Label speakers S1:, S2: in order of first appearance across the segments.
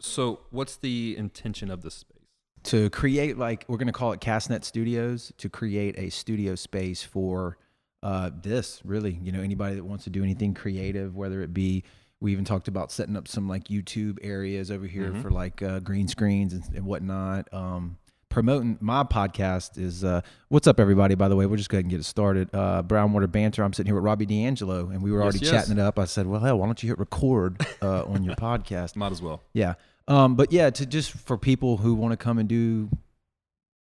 S1: So, what's the intention of this space?
S2: to create like we're going to call it castnet studios to create a studio space for uh, this really you know anybody that wants to do anything creative whether it be we even talked about setting up some like youtube areas over here
S1: Mm-hmm.
S2: for like uh, green screens and, and whatnot um, promoting my podcast is uh, what's up everybody by the way we'll just go ahead and get it started uh, brownwater banter i'm sitting here with robbie d'angelo and we were already
S1: yes.
S2: chatting it up i said well hell why don't you hit record uh, on your podcast
S1: Might as well.
S2: yeah. Um, but yeah, to just for people who want to come and do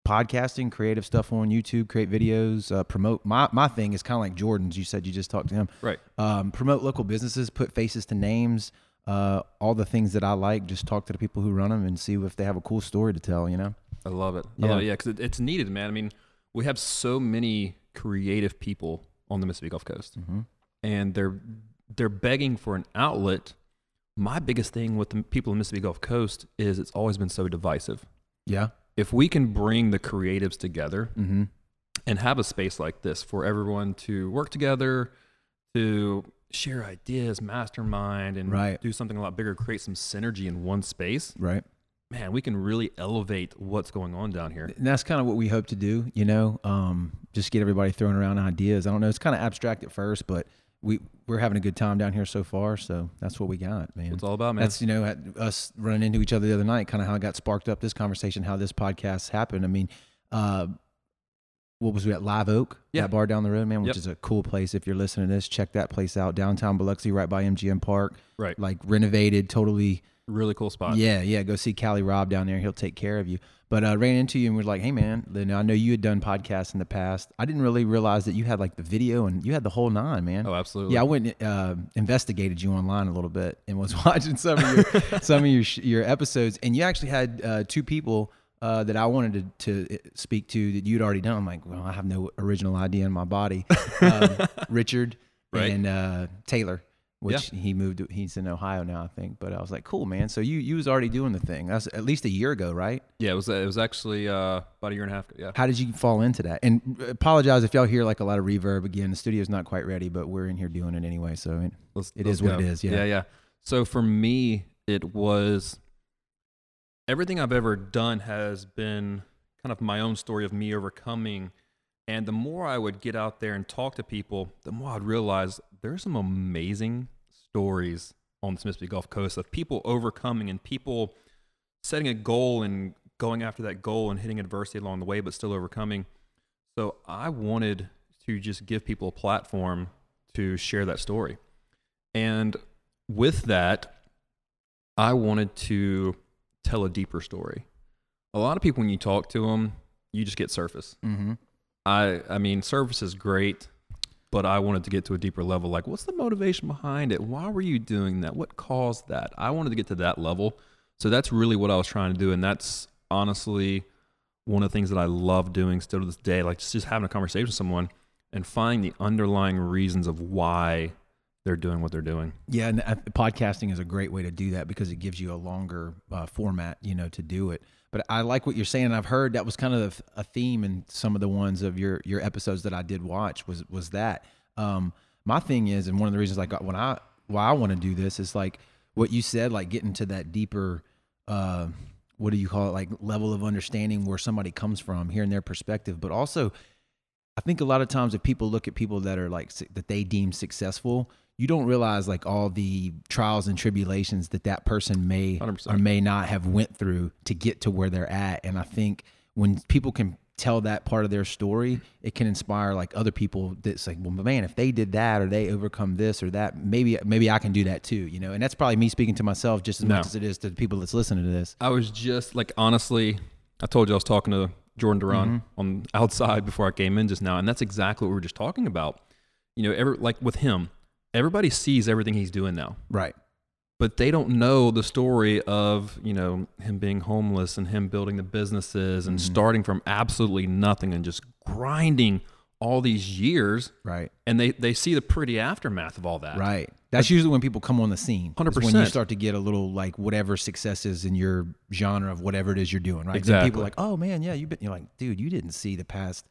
S2: podcasting, creative stuff on YouTube, create videos, uh, promote. My my thing is kind of like Jordan's. You said you just talked to him.
S1: Right.
S2: Um, promote local businesses, put faces to names, uh, all the things that I like. Just talk to the people who run them and see if they have a cool story to tell. You know.
S1: I love it. I
S2: Yeah.
S1: love it. Yeah, because it, it's needed, man. I mean, we have so many creative people on the Mississippi Gulf Coast, and they're they're begging for an outlet. My biggest thing with the people in the Mississippi Gulf Coast is it's always been so divisive.
S2: Yeah.
S1: If we can bring the creatives together
S2: Mm-hmm.
S1: and have a space like this for everyone to work together, to share ideas, mastermind, and
S2: Right.
S1: do something a lot bigger, create some synergy in one space,
S2: Right.
S1: man, we can really elevate what's going on down here.
S2: And that's kind of what we hope to do, you know, um, just get everybody throwing around ideas. I don't know. It's kind of abstract at first, but we, we're having a good time down here so far. So that's what we got, man.
S1: It's all about, man.
S2: That's, you know, at- us running into each other the other night, kind of how it got sparked up this conversation, how this podcast happened. I mean, uh, what was we at Live Oak?
S1: Yeah.
S2: That bar down the road, man, which
S1: Yep.
S2: is a cool place. If you're listening to this, check that place out. Downtown Biloxi, right by MGM Park.
S1: Right.
S2: Like renovated, totally
S1: really cool spot.
S2: yeah, yeah. Go see Cali Rob down there. He'll take care of you. But uh, ran into you and was like, hey, man, Lynn, I know you had done podcasts in the past. I didn't really realize that you had like the video and you had the whole nine, man.
S1: Oh, absolutely.
S2: Yeah, I went and, uh, investigated you online a little bit and was watching some of your some of your sh- your episodes, and you actually had uh, two people uh, that I wanted to, to speak to that you'd already done. I'm like, well, I have no original idea in my body. Um, Richard
S1: Right.
S2: and uh, Taylor, which he moved, to, he's in Ohio now, I think. But I was like, cool, man. So you you was already doing the thing. That's at least a year ago, right?
S1: Yeah, it was it was actually uh, about a year and a half ago. Yeah.
S2: How did you fall into that? And uh, apologize if y'all hear like a lot of reverb again. The studio's not quite ready, but we're in here doing it anyway. So it,
S1: Let's,
S2: It
S1: let's
S2: is what
S1: go.
S2: it is, yeah.
S1: Yeah, yeah. So for me, it was everything I've ever done has been kind of my own story of me overcoming. And the more I would get out there and talk to people, the more I'd realize there's some amazing stories on the Mississippi Gulf Coast of people overcoming and people setting a goal and going after that goal and hitting adversity along the way, but still overcoming. So I wanted to just give people a platform to share that story. And with that, I wanted to tell a deeper story. A lot of people, when you talk to them, you just get surface.
S2: mm-hmm.
S1: I, I mean, surface is great, but I wanted to get to a deeper level. Like, what's the motivation behind it? Why were you doing that? What caused that? I wanted to get to that level. So that's really what I was trying to do. And that's honestly one of the things that I love doing still to this day. Like, just, just having a conversation with someone and find the underlying reasons of why they're doing what they're doing.
S2: Yeah, and uh, podcasting is a great way to do that because it gives you a longer uh, format, you know, to do it. But I like what you're saying. I've heard that was kind of a theme in some of the ones of your your episodes that I did watch was was that. Um, my thing is, and one of the reasons like uh, when I why I want to do this is like what you said, like getting to that deeper. Uh, what do you call it? Like level of understanding where somebody comes from, hearing their perspective, but also I think a lot of times if people look at people that are like su- that they deem successful, you don't realize like all the trials and tribulations that that person may
S1: 100%.
S2: or may not have went through to get to where they're at. And I think when people can tell that part of their story, it can inspire like other people that's like, well, man, if they did that or they overcome this or that, maybe maybe I can do that too, you know. And that's probably me speaking to myself just as
S1: No.
S2: much as it is to the people that's listening to this.
S1: I was just like honestly, I told you I was talking to Jordan Duran
S2: Mm-hmm.
S1: on outside before I came in just now, and that's exactly what we were just talking about. You know, every, like with him, everybody sees everything he's doing now,
S2: Right.
S1: but they don't know the story of you know him being homeless and him building the businesses
S2: Mm-hmm.
S1: and starting from absolutely nothing and just grinding all these years,
S2: Right.
S1: and they they see the pretty aftermath of all that.
S2: Right. That's usually when people come on the scene. is When you
S1: 100%.
S2: start to get a little like whatever success is in your genre of whatever it is you're doing, right? Then
S1: Exactly.
S2: people are like, oh man, yeah, you've been. You're like, dude, you didn't see the past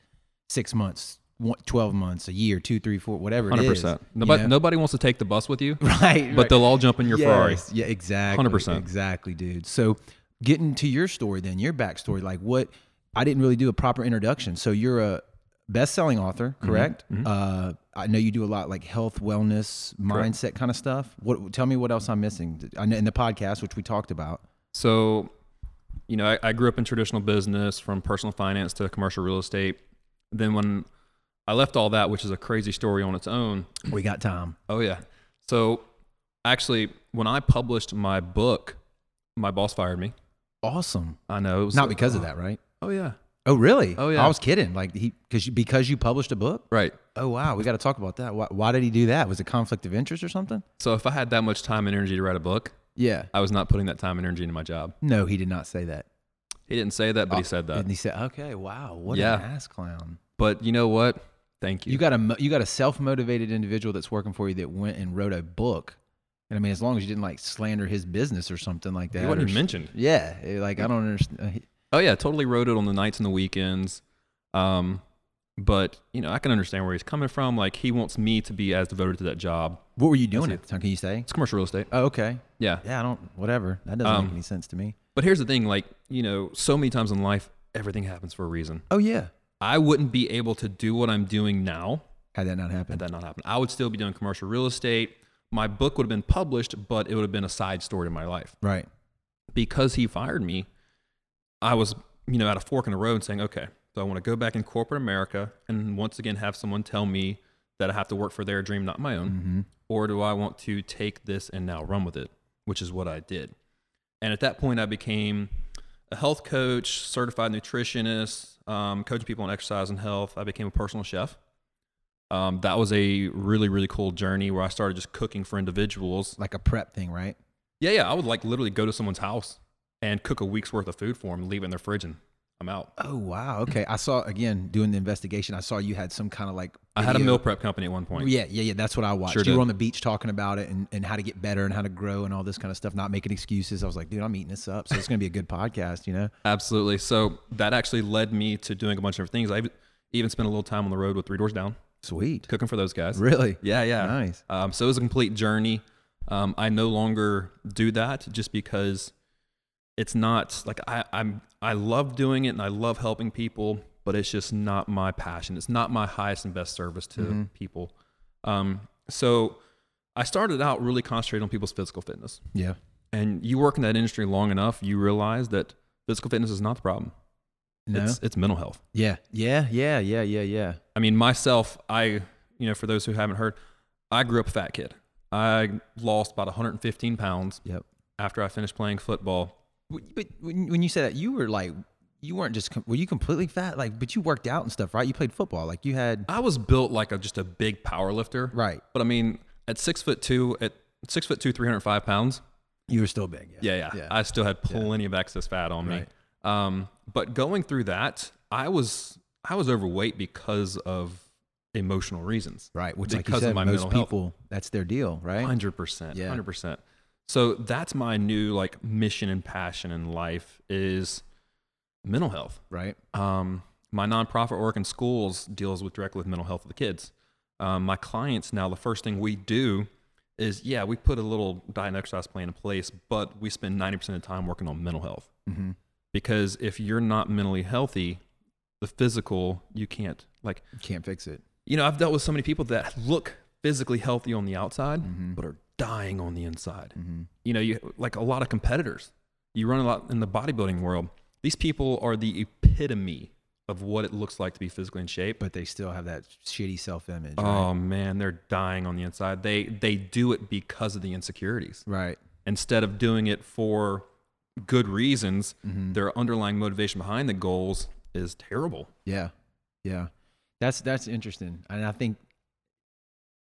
S2: six months one- 12 months, a year, two, three, four, whatever it
S1: Hundred
S2: is.
S1: percent.
S2: you
S1: Nobody
S2: know?
S1: nobody wants to take the bus with you,
S2: Right.
S1: but they'll all jump in your Ferrari.
S2: Yes, Yeah, exactly.
S1: 100%.
S2: Exactly, dude. So getting to your story then, your backstory, like what I didn't really do a proper introduction. So you're a best-selling author, correct? Uh, I know you do a lot like health, wellness, mindset kind of stuff. What tell me what else I'm missing? I know in the podcast which we talked about.
S1: So, you know, I, I grew up in traditional business from personal finance to commercial real estate. Then when I left all that, which is a crazy story on its own.
S2: We got time.
S1: Oh yeah. So actually, when I published my book, my boss fired me.
S2: Awesome.
S1: I know it was
S2: Not because of that, right?
S1: Oh yeah.
S2: Oh, really?
S1: Oh, yeah.
S2: I was kidding. Like he cuz you, because you published a book?
S1: Right.
S2: Oh, wow. We got to talk about that. Why, why did he do that? Was it conflict of interest or something?
S1: So if I had that much time and energy to write a book,
S2: Yeah.
S1: I was not putting that time and energy into my job.
S2: No, he did not say that.
S1: He didn't say that, but he said that.
S2: Uh, and he said, "Okay, wow, what
S1: Yeah.
S2: an ass clown."
S1: But you know what? Thank you.
S2: You got a mo- you got a self motivated individual that's working for you that went and wrote a book, and I mean, as long as you didn't like slander his business or something like that.
S1: he wasn't
S2: or
S1: even
S2: s-
S1: mentioned.
S2: Yeah, eh, like I don't understand.
S1: Oh yeah, totally wrote it on the nights and the weekends. Um, but you know, I can understand where he's coming from. Like he wants me to be as devoted to that job.
S2: What were you doing at the time? Can you say?
S1: It's commercial real estate.
S2: Oh, okay.
S1: Yeah.
S2: Yeah, I don't. Whatever. That doesn't
S1: Um,
S2: make any sense to me.
S1: But here's the thing, like, you know, so many times in life everything happens for a reason.
S2: Oh yeah.
S1: I wouldn't be able to do what I'm doing now
S2: Had that not
S1: had
S2: happened,
S1: that not happened. I would still be doing commercial real estate. My book would have been published, but it would have been a side story to my life.
S2: right?
S1: Because he fired me, I was, you know, at a fork in the road saying, okay, so I want to go back in corporate America and once again have someone tell me that I have to work for their dream, not my own? Or do I want to take this and now run with it, which is what I did. And at that point, I became a health coach, certified nutritionist, um, coaching people on exercise and health. I became a personal chef. Um, that was a really, really cool journey where I started just cooking for individuals.
S2: Like a prep thing, right?
S1: Yeah, yeah. I would like literally go to someone's house and cook a week's worth of food for them, leave it in their fridge, and I'm out.
S2: Oh wow. Okay. I saw again doing the investigation. I saw you had some kind of like.
S1: I had a
S2: video-
S1: meal prep company at one point.
S2: Yeah, yeah, yeah. That's what I watched.
S1: Sure
S2: you
S1: did.
S2: were on the beach talking about it and, and how to get better and how to grow and all this kind of stuff, not making excuses. I was like, dude, I'm eating this up. So it's going to be a good podcast, you know?
S1: Absolutely. So that actually led me to doing a bunch of different things. I even spent a little time on the road with Three Doors Down,
S2: Sweet.
S1: cooking for those guys.
S2: Really?
S1: Yeah, yeah.
S2: Nice.
S1: Um, so it was a complete journey. Um, I no longer do that just because it's not like I, I'm. I love doing it and I love helping people, but it's just not my passion. It's not my highest and best service to people. Um, so I started out really concentrating on people's physical fitness.
S2: Yeah.
S1: And you work in that industry long enough, you realize that physical fitness is not the problem.
S2: No.
S1: It's, it's mental health.
S2: yeah. Yeah. Yeah. Yeah. Yeah. Yeah.
S1: I mean, myself, I, you know, for those who haven't heard, I grew up a fat kid. I lost about 115 pounds
S2: Yep.
S1: after I finished playing football.
S2: W- But when, when you say that, you were like, you weren't just, com- were you completely fat? Like, but you worked out and stuff, right? You played football. Like, you had,
S1: I was built like a, just a big power lifter.
S2: right.
S1: But I mean, at six foot two, at six foot two, 305 pounds.
S2: You were still big.
S1: Yeah. Yeah. I still had plenty of excess fat on me. Um, but going through that, I was, I was overweight because of emotional reasons.
S2: right. Which, like you
S1: because
S2: said,
S1: of my
S2: most
S1: mental health.
S2: people, that's their deal, right?
S1: Hundred percent.
S2: Yeah.
S1: Hundred percent. So that's my new like mission and passion in life is mental health.
S2: Right.
S1: Um, my nonprofit work in schools deals with directly with mental health of the kids. Um, my clients now, the first thing we do is yeah, we put a little diet and exercise plan in place, but we spend ninety percent of the time working on mental health
S2: Mm-hmm.
S1: because if you're not mentally healthy, the physical you can't like
S2: Can't fix it.
S1: you know, I've dealt with so many people that look physically healthy on the outside,
S2: Mhm.
S1: but are dying on the inside.
S2: Mm-hmm.
S1: You know, you like a lot of competitors. You run a lot in the bodybuilding world. These people are the epitome of what it looks like to be physically in shape.
S2: But they still have that shitty self image.
S1: Oh man, they're dying on the inside. They they do it because of the insecurities.
S2: Right.
S1: Instead of doing it for good reasons, their underlying motivation behind the goals is terrible.
S2: Yeah. Yeah. That's that's interesting. And I think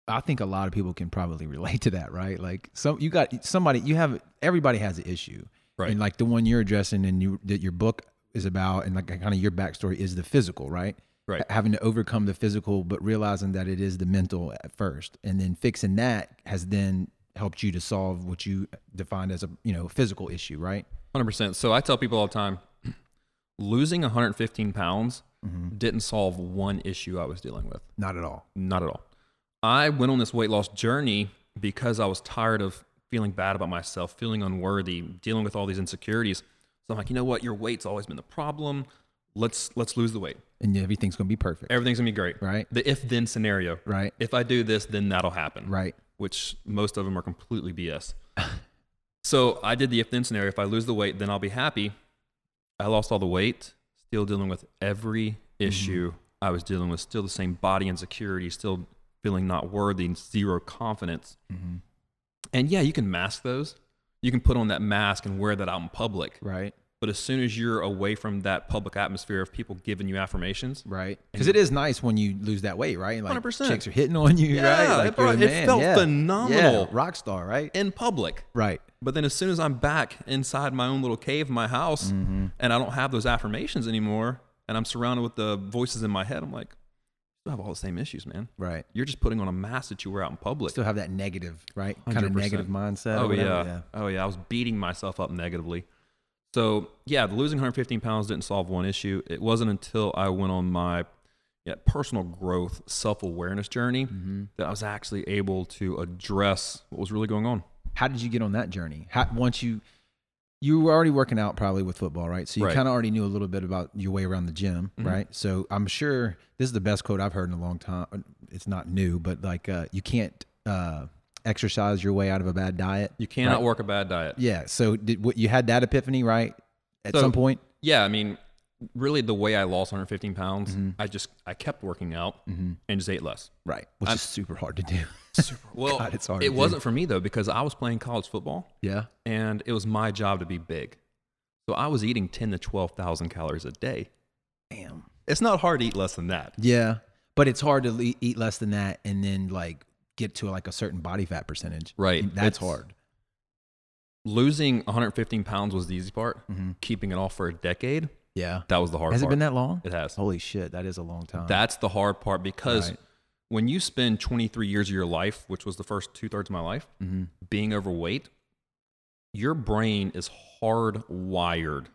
S2: I think a lot of people can probably relate to that, right? Like some you got somebody you have everybody has an issue.
S1: Right.
S2: And like the one you're addressing and you that your book is about and like kind of your backstory is the physical, right?
S1: Right.
S2: Ha- Having to overcome the physical but realizing that it is the mental at first and then fixing that has then helped you to solve what you defined as a, you know, physical issue, right?
S1: Hundred percent. So I tell people all the time, losing 115 pounds
S2: Mhm.
S1: didn't solve one issue I was dealing with.
S2: Not at all.
S1: Not at all. I went on this weight loss journey because I was tired of feeling bad about myself, feeling unworthy, dealing with all these insecurities. So I'm like, you know what? Your weight's always been the problem. Let's let's lose the weight.
S2: And everything's going to be perfect.
S1: Everything's gonna be great.
S2: Right.
S1: The if then scenario.
S2: Right.
S1: If I do this, then that'll happen.
S2: Right.
S1: Which most of them are completely BS. so I did the if then scenario. If I lose the weight, then I'll be happy. I lost all the weight, still dealing with every issue I was dealing with, still the same body insecurity, still feeling not worthy and zero confidence. And yeah, you can mask those. You can put on that mask and wear that out in public.
S2: Right.
S1: But as soon as you're away from that public atmosphere of people giving you affirmations,
S2: Right. Because it is nice when you lose that weight, right? And, Like
S1: 100%.
S2: chicks are hitting on you,
S1: Yeah,
S2: right?
S1: it
S2: Like you're the
S1: brought- it
S2: man.
S1: felt
S2: Yeah.
S1: phenomenal.
S2: Yeah. Rock star, right?
S1: in public,
S2: Right.
S1: But then as soon as I'm back inside my own little cave, my house,
S2: Mm-hmm.
S1: and I don't have those affirmations anymore, and I'm surrounded with the voices in my head, I'm like, you have all the same issues, man.
S2: Right.
S1: You're just putting on a mask that you wear out in public.
S2: Still have that negative, right? Kind of
S1: 100%.
S2: negative mindset. or
S1: Oh
S2: whatever,
S1: yeah. Oh yeah. I was beating myself up negatively. So yeah, the losing 115 pounds didn't solve one issue. It wasn't until I went on my yeah, personal growth, self awareness journey
S2: Mm-hmm.
S1: that I was actually able to address what was really going on.
S2: How did you get on that journey? How, once you you were already working out probably with football, right? So you
S1: Right. Mm-hmm.
S2: kind of already knew a little bit about your way around the gym, right? So I'm sure this is the best quote I've heard in a long time. It's not new, but like uh, you can't uh, exercise your way out of a bad diet.
S1: You cannot
S2: Right.
S1: work a bad diet.
S2: Yeah. So did what you had that epiphany, right? At
S1: So-
S2: some point.
S1: Yeah, I mean, really, the way I lost 115 pounds,
S2: Mm-hmm.
S1: I just I kept working out and just ate less.
S2: Right. Which is super hard to do.
S1: Well,
S2: God, it's hard to
S1: it
S2: do.
S1: wasn't for me though because I was playing college football
S2: yeah.
S1: and it was my job to be big, so I was eating 10 to 12 thousand calories a day.
S2: Damn.
S1: It's not hard to eat less than that.
S2: Yeah. But it's hard to le- eat less than that and then like get to like a certain body fat percentage.
S1: Right.
S2: And That's
S1: It's-
S2: hard.
S1: Losing 115 pounds was the easy part. Keeping it off for a decade
S2: Yeah.
S1: that was the hard
S2: Mm-hmm. Has it
S1: part.
S2: been that long?
S1: it has.
S2: Holy shit, that is a long time.
S1: That's the hard part because
S2: Right.
S1: when you spend 23 years of your life, which was the first two thirds of my life,
S2: Mm-hmm.
S1: being overweight, your brain is hardwired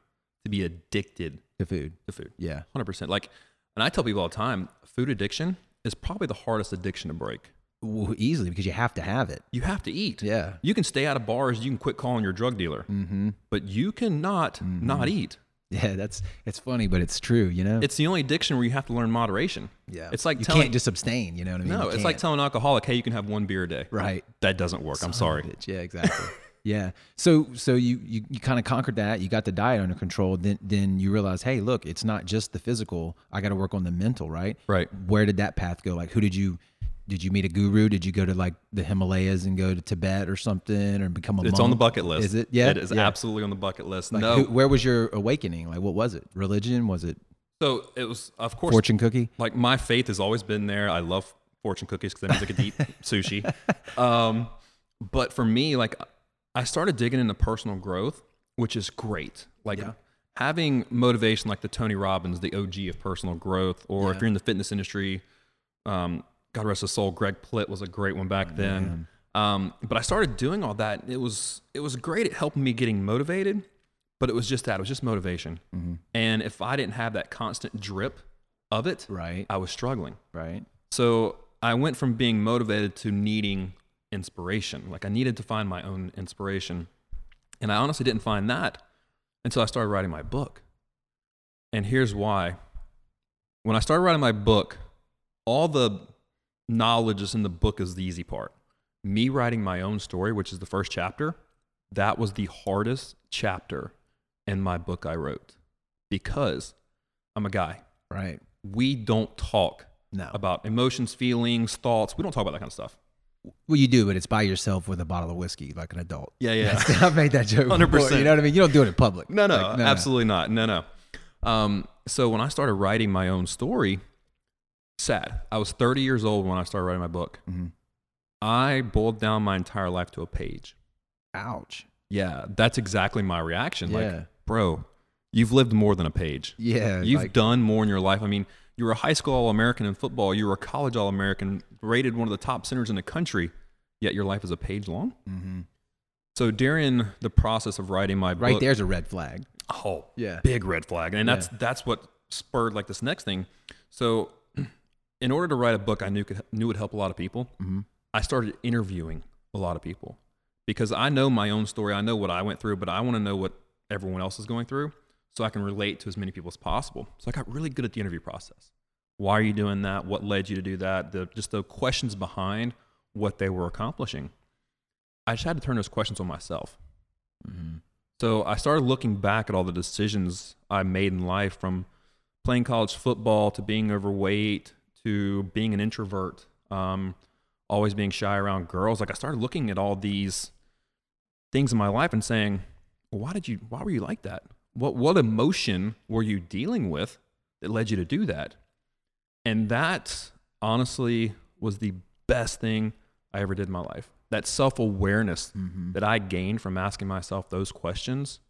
S1: to be addicted
S2: the food.
S1: to food.
S2: Yeah.
S1: 100%. Like, and I tell people all the time food addiction is probably the hardest addiction to break.
S2: Well, easily because you have to have it.
S1: You have to eat.
S2: Yeah.
S1: You can stay out of bars, you can quit calling your drug dealer,
S2: Mm-hmm.
S1: but you cannot not eat.
S2: Yeah, that's it's funny, but it's true, you know?
S1: It's the only addiction where you have to learn moderation.
S2: yeah.
S1: It's like
S2: you
S1: telling
S2: can't just abstain, you know what I mean?
S1: no,
S2: You
S1: it's like
S2: can't.
S1: telling an alcoholic, hey, you can have one beer a day.
S2: Right.
S1: That doesn't work. I'm sorry.
S2: Bitch. Yeah, exactly. yeah. So so you you, you kind of conquered that. You got the diet under control. Then then you realize, hey, look, it's not just the physical. I got to work on the mental, right?
S1: Right.
S2: Where did that path go? Like, who did you did you meet a guru? Did you go to like the Himalayas and go to Tibet or something, or become a?
S1: It's on the
S2: monk?
S1: bucket list.
S2: Is it? Yeah.
S1: It is
S2: Yeah.
S1: absolutely on the bucket list.
S2: Like,
S1: no.
S2: who- where was your awakening? Like, what was it? Religion? Was it
S1: so it was, of course,
S2: fortune cookie?
S1: like my faith has always been there. I love fortune cookies because that means I could eat sushi. Um, but for me, like I started digging into personal growth, which is great. Like having motivation, like the Tony Robbins, the OG of personal growth, or if you're in the fitness industry, um, God rest his soul, Greg Plitt was a great one back then. Um, but I started doing all that. and It was it was great at helping me getting motivated, but it was just that it was just motivation. And if I didn't have that constant drip of it,
S2: Right.
S1: I was struggling.
S2: Right.
S1: So I went from being motivated to needing inspiration. Like I needed to find my own inspiration. And I honestly didn't find that until I started writing my book. And here's why. When I started writing my book, all the knowledge that's in the book is the easy part. Me writing my own story, which is the first chapter, that was the hardest chapter in my book I wrote because I'm a guy.
S2: Right.
S1: We don't talk
S2: No.
S1: about emotions, feelings, thoughts. We don't talk about that kind of stuff.
S2: Well, you do, but it's by yourself with a bottle of whiskey, like an adult.
S1: Yeah, yeah.
S2: That's- I've made that joke. before,
S1: 100%.
S2: You know what I mean? You don't do it in public.
S1: No, no,
S2: Like,
S1: absolutely not. No, no. Um, so when I started writing my own story, sad. I was 30 years old when I started writing my book.
S2: Mhm.
S1: I boiled down my entire life to a page.
S2: Ouch.
S1: Yeah, that's exactly my reaction.
S2: Yeah.
S1: Like, bro, you've lived more than a page.
S2: Yeah.
S1: You've
S2: like-
S1: done more in your life. I mean, you were a high school All American in football. You were a college All American, rated one of the top centers in the country. Yet your life is a page long.
S2: Mhm.
S1: So during the process of writing my
S2: right
S1: book,
S2: there's a red flag.
S1: oh
S2: Yeah.
S1: big red flag, and that's that's what spurred like this next thing. So, in order to write a book, I knew could, knew would help a lot of people.
S2: Mhm.
S1: I started interviewing a lot of people because I know my own story. I know what I went through, but I want to know what everyone else is going through so I can relate to as many people as possible. So I got really good at the interview process. Why are you doing that? What led you to do that? The, just the questions behind what they were accomplishing. I just had to turn those questions on myself. So I started looking back at all the decisions I made in life from playing college football to being overweight to being an introvert, um, always being shy around girls. Like I started looking at all these things in my life and saying, why did you, why were you like that? What, what emotion were you dealing with that led you to do that? And that honestly was the best thing I ever did in my life. That self awareness that I gained from asking myself those questions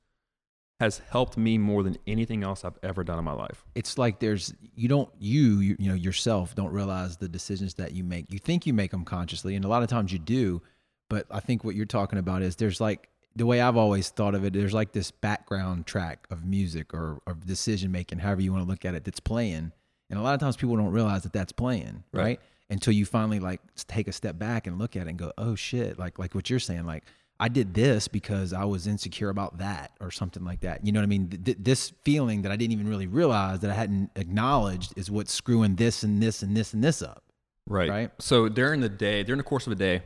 S1: has helped me more than anything else I've ever done in my life.
S2: It's like there's you don't you, you you know yourself don't realize the decisions that you make. You think you make them consciously, and a lot of times you do. But I think what you're talking about is there's like the way I've always thought of it. There's like this background track of music or of decision making, however you want to look at it, that's playing. And a lot of times people don't realize that that's playing,
S1: Right.
S2: right? until you finally like take a step back and look at it and go, oh shit, like like what you're saying, like I did this because I was insecure about that or something like that. You know what I mean? Th- th- this feeling that I didn't even really realize that I hadn't acknowledged is what's screwing this and this and this and this up.
S1: Right.
S2: Right.
S1: So during the day, during the course of a day,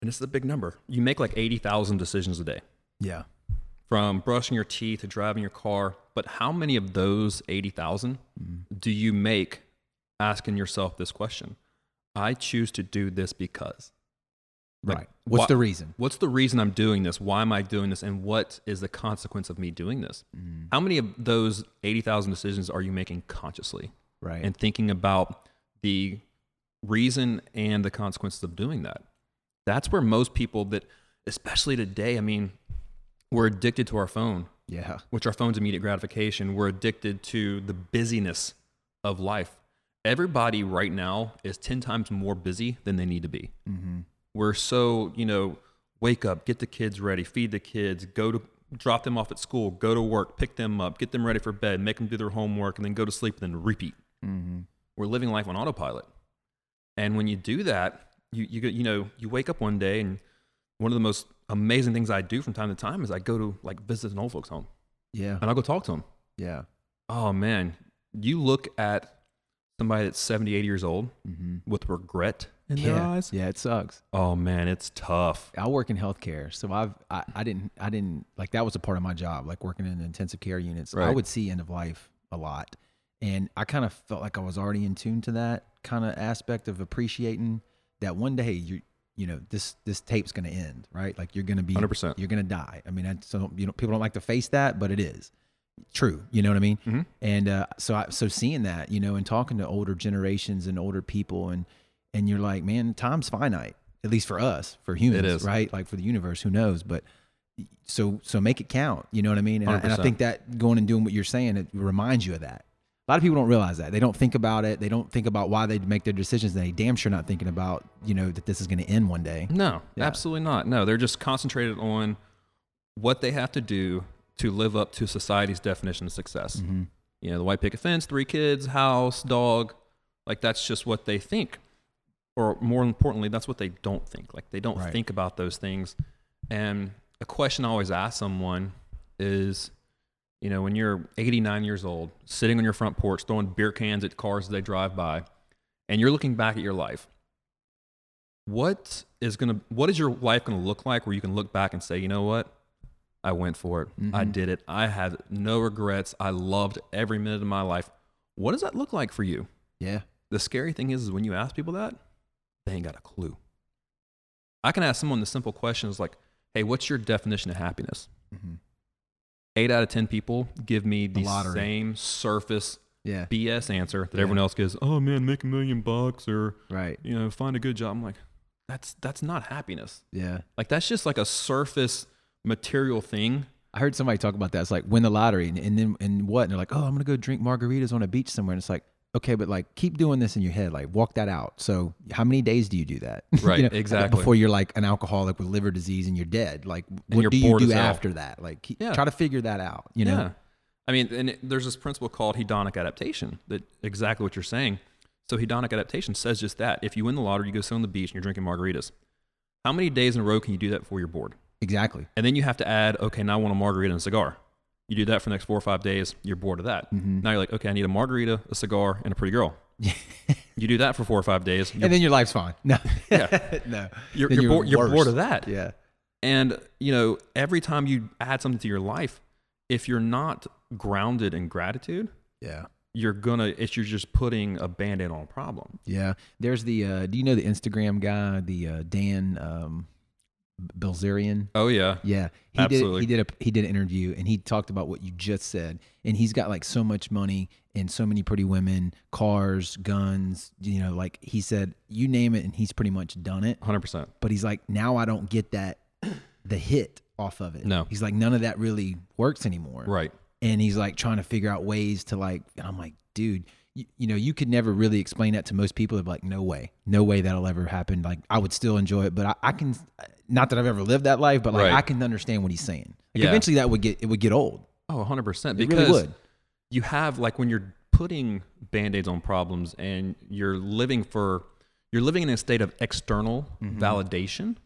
S1: and this is a big number, you make like 80,000 decisions a day
S2: Yeah.
S1: from brushing your teeth to driving your car. But how many of those 80,000 do you make asking yourself this question? I choose to do this because. Like,
S2: Right. What's
S1: wha-
S2: the reason?
S1: What's the reason I'm doing this? Why am I doing this? And what is the consequence of me doing this?
S2: Mm.
S1: How many of those 80,000 decisions are you making consciously
S2: Right.
S1: and thinking about the reason and the consequences of doing that? That's where most people that, especially today, I mean, we're addicted to our phone,
S2: yeah.
S1: which our phone's immediate gratification. We're addicted to the busyness of life. Everybody right now is 10 times more busy than they need to be
S2: Mm-hmm.
S1: we're so you know wake up get the kids ready feed the kids go to drop them off at school go to work pick them up get them ready for bed make them do their homework and then go to sleep and then repeat
S2: Mm-hmm.
S1: we're living life on autopilot and when you do that you you, go- you know you wake up one day and one of the most amazing things i do from time to time is i go to like visit an old folks home
S2: Yeah.
S1: and i'll go talk to them
S2: Yeah.
S1: oh man you look at somebody that's 70 80 years old
S2: Mm-hmm.
S1: with regret in their
S2: yeah.
S1: eyes
S2: Yeah. It sucks.
S1: oh man it's tough
S2: I work in healthcare, so I've I, I didn't I didn't like that was a part of my job, like working in intensive care units. I
S1: Right.
S2: would see end of life a lot, and I kind of felt like I was already in tune to that kind of aspect of appreciating that one day you you know this this tape's going to end, right? Like you're going to be
S1: 100%.
S2: you're going to die. I mean, I so you know people don't like to face that, but it is true. You know what I mean?
S1: Mhm.
S2: And uh, so I so seeing that you know and talking to older generations and older people and and you're like, man, time's finite. At least for us, for humans,
S1: is.
S2: right? Like for the universe, who knows? But so so make it count. You know what I mean? And, I, and I
S1: 100%.
S2: think that going and doing what you're saying it reminds you of that. A lot of people don't realize that. They don't think about it. They don't think about why they make their decisions. They damn sure not thinking about you know that this is going to end one day.
S1: No,
S2: Yeah.
S1: absolutely not. No, they're just concentrated on what they have to do to live up to society's definition of success.
S2: Mm-hmm.
S1: You know, the white picket fence, three kids, house, dog. Like that's just what they think. Or more importantly, that's what they don't think. Like they don't
S2: Right.
S1: think about those things. And a question I always ask someone is, you know, when you're 89 years old, sitting on your front porch, throwing beer cans at cars as they drive by, and you're looking back at your life, what is gonna what is your life gonna look like where you can look back and say, you know what? I went for it. I
S2: Mhm.
S1: did it. I had no regrets. I loved every minute of my life. What does that look like for you?
S2: Yeah,
S1: The scary thing is, is when you ask people that, they ain't got a clue. I can ask someone the simple questions like, hey, what's your definition of happiness?
S2: Mhm.
S1: Eight out of 10 people give me the,
S2: The lottery.
S1: same surface
S2: yeah,
S1: BS answer that
S2: Yeah.
S1: everyone else gives, oh man, make a million bucks or,
S2: right,
S1: you know, find a good job. I'm like, that's, that's not happiness.
S2: yeah.
S1: Like, that's just like a surface material thing.
S2: I heard somebody talk about that. It's like win the lottery, and, and then and what? And they're like, oh, I'm gonna go drink margaritas on a beach somewhere. And it's like, okay, but like keep doing this in your head, like walk that out. So how many days do you do that? You
S1: Right, exactly.
S2: Before you're like an alcoholic with liver disease and you're dead. Like what
S1: you're
S2: do you
S1: bored
S2: do
S1: as hell.
S2: after that? Like keep,
S1: Yeah.
S2: try to figure that out. You know?
S1: Yeah. I mean, and it, there's this principle called hedonic adaptation that exactly what you're saying. So hedonic adaptation says just that. If you win the lottery, you go sit on the beach and you're drinking margaritas. How many days in a row can you do that before you're bored?
S2: Exactly.
S1: And then you have to add, okay, now I want a margarita and a cigar. You do that for the next four or five days, you're bored of that.
S2: Mm-hmm.
S1: Now you're like, okay, I need a margarita, a cigar, and a pretty girl. you do that for four or five days, you're,
S2: and then your life's fine. No.
S1: Yeah.
S2: no.
S1: you're,
S2: Then
S1: you're, bored, you're
S2: worse.
S1: bored of that.
S2: Yeah.
S1: And, you know, every time you add something to your life, if you're not grounded in gratitude,
S2: Yeah.
S1: you're gonna, it's, you're just putting a band aid on a problem.
S2: Yeah. There's the uh do you know the Instagram guy, the uh Dan um Belzerian?
S1: Oh, yeah.
S2: Yeah. He
S1: Absolutely.
S2: did he did a he did an interview and he talked about what you just said. And he's got like so much money and so many pretty women, cars, guns, you know, like he said you name it and he's pretty much done it.
S1: 100%.
S2: But he's like now I don't get that the hit off of it.
S1: No.
S2: He's like none of that really works anymore
S1: Right.
S2: and he's like trying to figure out ways to like and i'm like dude you, you know you could never really explain that to most people they're like no way no way that'll ever happen like i would still enjoy it but i, I can not that i've ever lived that life but like
S1: Right.
S2: i can understand what he's saying like
S1: Yeah.
S2: eventually that would get it would get old
S1: Oh, 100%.
S2: it
S1: Because
S2: really would
S1: you have like when you're putting band-aids on problems and you're living for you're living in a state of external
S2: Mm-hmm.
S1: validation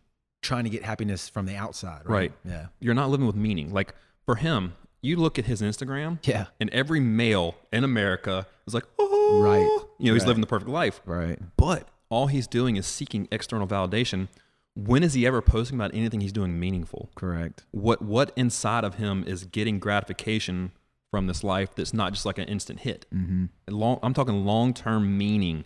S2: trying to get happiness from the outside
S1: Right.
S2: right, yeah
S1: you're not living with meaning like for him you look at his instagram
S2: yeah
S1: and every male in america is like oh
S2: Right.
S1: you know he's
S2: Right.
S1: living the perfect life
S2: right
S1: but all he's doing is seeking external validation when is he ever posting about anything he's doing meaningful
S2: correct
S1: what what inside of him is getting gratification from this life that's not just like an instant hit. Mm-hmm. Long, I'm talking long term meaning.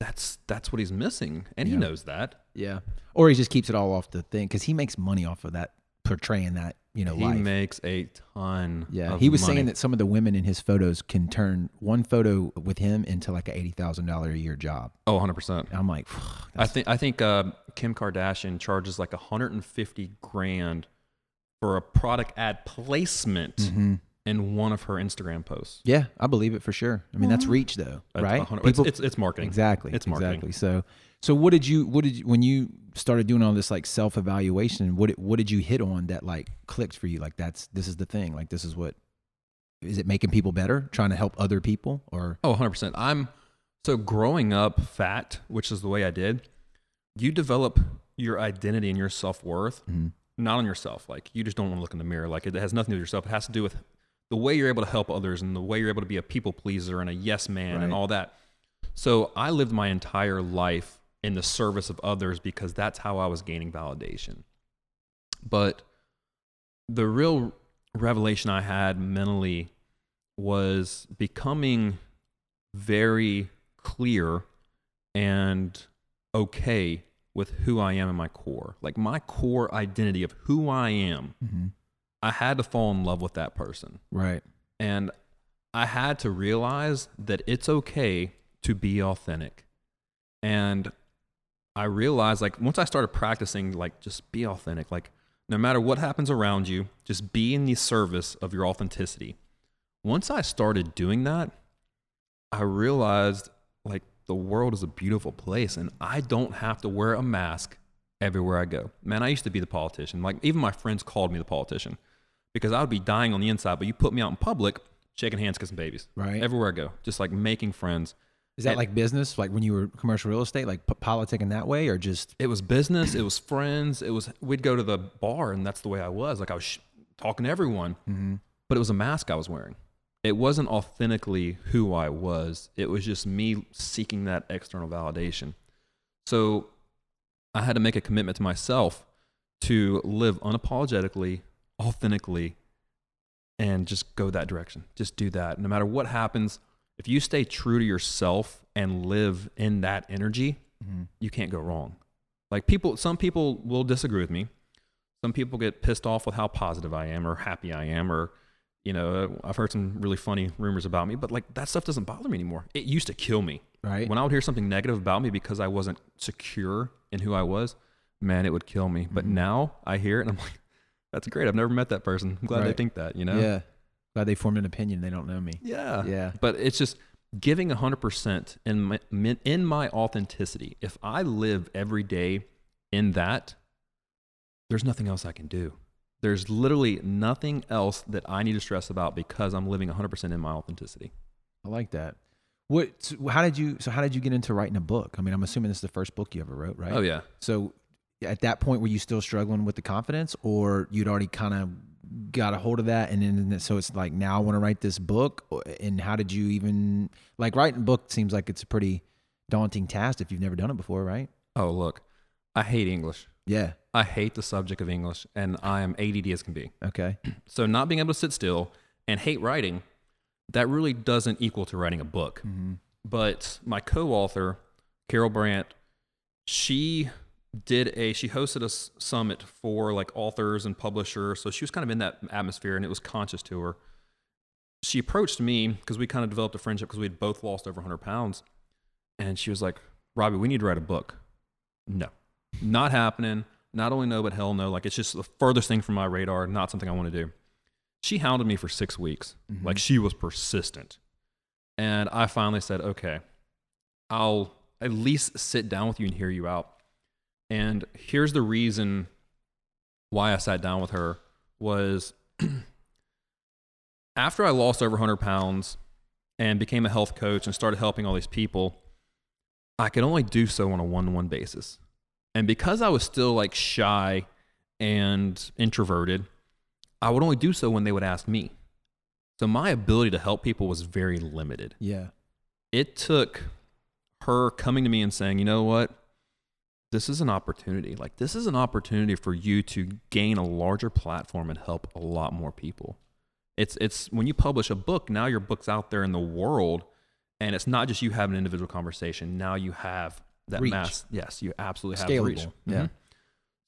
S1: That's that's what he's missing, and he knows that.
S2: yeah or he just keeps it all off the thing because he makes money off of that portraying that you know
S1: He
S2: life
S1: makes a ton.
S2: Yeah,
S1: of
S2: he was
S1: money.
S2: saying that some of the women in his photos can turn one photo with him into like a eighty thousand dollar a year job.
S1: Oh, 100 percent.
S2: And I'm like,
S1: I
S2: that's,
S1: think I think uh, Kim Kardashian charges like 150 grand for a product ad placement
S2: Mm-hmm.
S1: in one of her Instagram posts.
S2: yeah, I believe it for sure. I mean, that's reach though,
S1: A-
S2: right?
S1: 100
S2: People-
S1: it's, it's it's marketing.
S2: exactly,
S1: It's marketing.
S2: exactly. So, so what did you? What did you, when you started doing all this like self evaluation? What did- what did you hit on that like clicked for you? Like that's this is the thing. Like this is what is it making people better? Trying to help other people or
S1: Oh, 100%. I'm so growing up fat, which is the way I did, you develop your identity and your self worth not on yourself. Like, you just don't want to look in the mirror. Like, it has nothing to do with yourself. It has to do with the way you're able to help others and the way you're able to be a people pleaser and a yes man and
S2: Right.
S1: all that. So, I lived my entire life in the service of others because that's how I was gaining validation. But the real revelation I had mentally was becoming very clear and okay with who I am in my core. Like my core identity of who I am, I had to fall in love with that person.
S2: right?
S1: And I had to realize that it's okay to be authentic. And I realized, like, once I started practicing, like, just be authentic, like, no matter what happens around you, just be in the service of your authenticity. Once I started doing that, I realized, like, the world is a beautiful place and I don't have to wear a mask everywhere I go. Man, I used to be the politician. Like, even my friends called me the politician because I would be dying on the inside, but you put me out in public, shaking hands, kissing babies.
S2: Right.
S1: Everywhere I go, just like making friends.
S2: Is that
S1: And-
S2: like business? Like when you were commercial real estate, like p- politicking that way, or just
S1: it was business it was friends it was we'd go to the bar and that's the way i was like i was sh- talking to everyone but it was a mask i was wearing it wasn't authentically who i was it was just me seeking that external validation so i had to make a commitment to myself to live unapologetically authentically and just go that direction just do that no matter what happens if you stay true to yourself and live in that energy you can't go wrong like people, some people will disagree with me. Some people get pissed off with how positive I am or happy I am, or you know, uh, I've heard some really funny rumors about me. But like that stuff doesn't bother me anymore. It used to kill me
S2: right?
S1: when I would hear something negative about me because I wasn't secure in who I was. Man, it would kill me. But
S2: Mm-hmm.
S1: now I hear it and I'm like, that's great. I've never met that person. I'm glad they
S2: Right.
S1: think that. You know?
S2: Yeah. Glad they formed an opinion. They don't know me.
S1: Yeah.
S2: Yeah.
S1: But it's just giving 100% in my, min- in my authenticity. If I live every day in that, there's nothing else I can do. There's literally nothing else that I need to stress about because I'm living 100% in my authenticity.
S2: I like that. What? so how did you? So how did you get into writing a book? I mean, I'm assuming this is the first book you ever wrote, right?
S1: Oh, yeah.
S2: So at that point, were you still struggling with the confidence, or you'd already kind of got a hold of that, and then so it's like now I want to write this book, or- and how did you even like writing a book? Seems like it's a pretty daunting task if you've never done it before, right?
S1: Oh, look, I hate English.
S2: Yeah.
S1: I hate the subject of English, and I am ADD as can be.
S2: Okay.
S1: So, not being able to sit still and hate writing, that really doesn't equal to writing a book. But my co author, Carol Brandt, she did a she hosted a s- summit for like authors and publishers so she was kind of in that atmosphere and it was conscious to her she approached me because we kind of developed a friendship because we had both lost over 100 pounds and she was like robbie we need to write a book no not happening not only no but hell no like it's just the furthest thing from my radar not something i want to do she hounded me for six weeks like she was persistent and i finally said okay i'll at least sit down with you and hear you out and here's the reason why I sat down with her was after I lost over 100 pounds and became a health coach and started helping all these people, I could only do so on a one to one basis. And because I was still like shy and introverted, I would only do so when they would ask me. So my ability to help people was very limited
S2: Yeah.
S1: it took her coming to me and saying, you know what? This is an opportunity. Like, this is an opportunity for you to gain a larger platform and help a lot more people. It's, it's when you publish a book, now your book's out there in the world, and it's not just you have an individual conversation. Now you have that
S2: Reach.
S1: mass. Yes, you absolutely have
S2: Scalable.
S1: reach.
S2: Yeah.
S1: Mhm.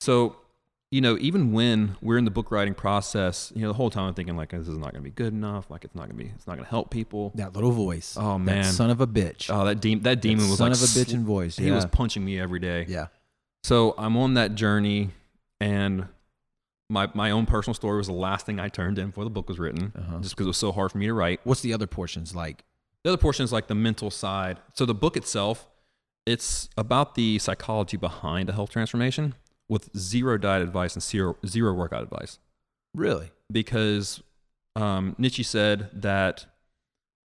S1: So, you know, even when we're in the book writing process, you know, the whole time I'm thinking, like, this is not going to be good enough. Like, it's not going to be, it's not going to help people.
S2: That little voice.
S1: Oh,
S2: That
S1: man.
S2: son of a bitch.
S1: Oh, that, de- that demon
S2: That
S1: was
S2: son
S1: like
S2: of a bitch
S1: sl-
S2: in voice.
S1: he was
S2: Yeah.
S1: punching me every day.
S2: Yeah.
S1: So I'm on that journey, and my my own personal story was the last thing I turned in before the book was written,
S2: Uh-huh.
S1: just because it was so hard for me to write.
S2: What's the other portions like?
S1: The other portion is like the mental side. So the book itself, it's about the psychology behind a health transformation with zero diet advice and zero zero workout advice
S2: Really?
S1: because um, Nietzsche said that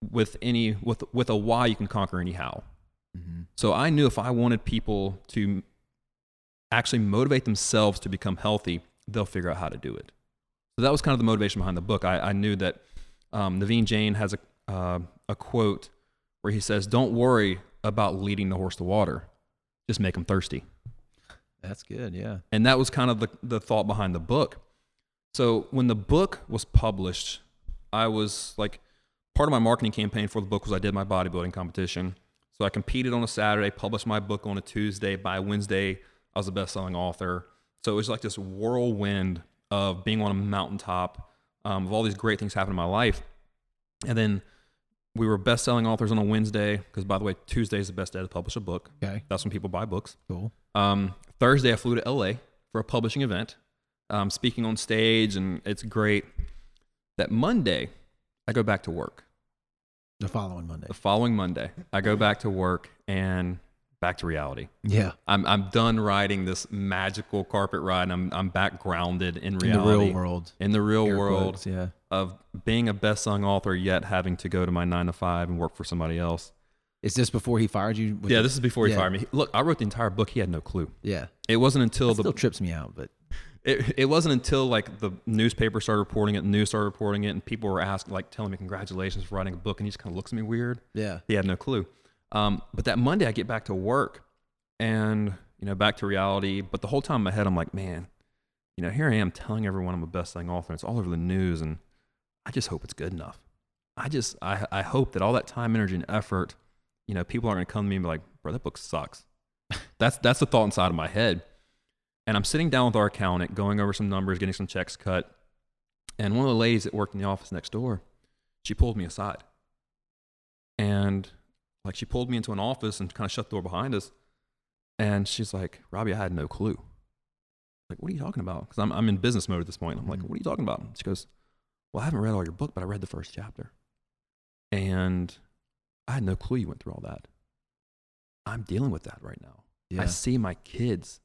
S1: with any with with a why you can conquer any how.
S2: Mm-hmm.
S1: So I knew if I wanted people to actually motivate themselves to become healthy, they'll figure out how to do it. So that was kind of the motivation behind the book. I, I knew that um, Naveen Jain has a, uh, a quote where he says, Don't worry about leading the horse to water, just make him thirsty.
S2: That's good. Yeah.
S1: And that was kind of the, the thought behind the book. So when the book was published, I was like, part of my marketing campaign for the book was I did my bodybuilding competition. So I competed on a Saturday, published my book on a Tuesday. By Wednesday, I was a best selling author. So it was like this whirlwind of being on a mountaintop, um, of all these great things happening in my life. And then we were best selling authors on a Wednesday, because by the way, Tuesday is the best day to publish a book.
S2: Okay.
S1: That's when people buy books.
S2: Cool.
S1: Um, Thursday, I flew to LA for a publishing event, um, speaking on stage, and it's great. That Monday, I go back to work.
S2: The following Monday.
S1: The following Monday, I go back to work and back to reality.
S2: Yeah.
S1: I'm, I'm done riding this magical carpet ride. And I'm, I'm back grounded in
S2: In the
S1: reality.
S2: real world.
S1: In the real
S2: Air
S1: world
S2: quotes, yeah.
S1: of being a best selling author, yet having to go to my nine to five and work for somebody else.
S2: Is this before he fired you? Was
S1: yeah,
S2: it-
S1: this is before he
S2: yeah.
S1: fired me. He- Look, I wrote the entire book. He had no clue.
S2: Yeah.
S1: It wasn't until the
S2: Still trips me out, but
S1: it, it wasn't until like the newspaper started reporting it, news started reporting it, and people were asking, like, telling me congratulations for writing a book, and he just kind of looks at me weird.
S2: yeah.
S1: He had no clue. Um, but that Monday, I get back to work, and you know, back to reality. But the whole time in my head, I'm like, man, you know, here I am telling everyone I'm a best-selling author, and it's all over the news, and I just hope it's good enough. I just, I, I hope that all that time, energy, and effort, you know, people aren't gonna come to me and be like, bro, that book sucks. that's that's the thought inside of my head. And I'm sitting down with our accountant, going over some numbers, getting some checks cut. And one of the ladies that worked in the office next door, she pulled me aside. And like she pulled me into an office and kind of shut the door behind us. And she's like, Robbie, I had no clue. Like, what are you talking about? Because I'm, I'm in business mode at this point. I'm like,
S2: Mhm.
S1: what are you talking about? She goes, Well, I haven't read all your book, but I read the first chapter. And I had no clue you went through all that. I'm dealing with that right now.
S2: Yeah.
S1: I see my kids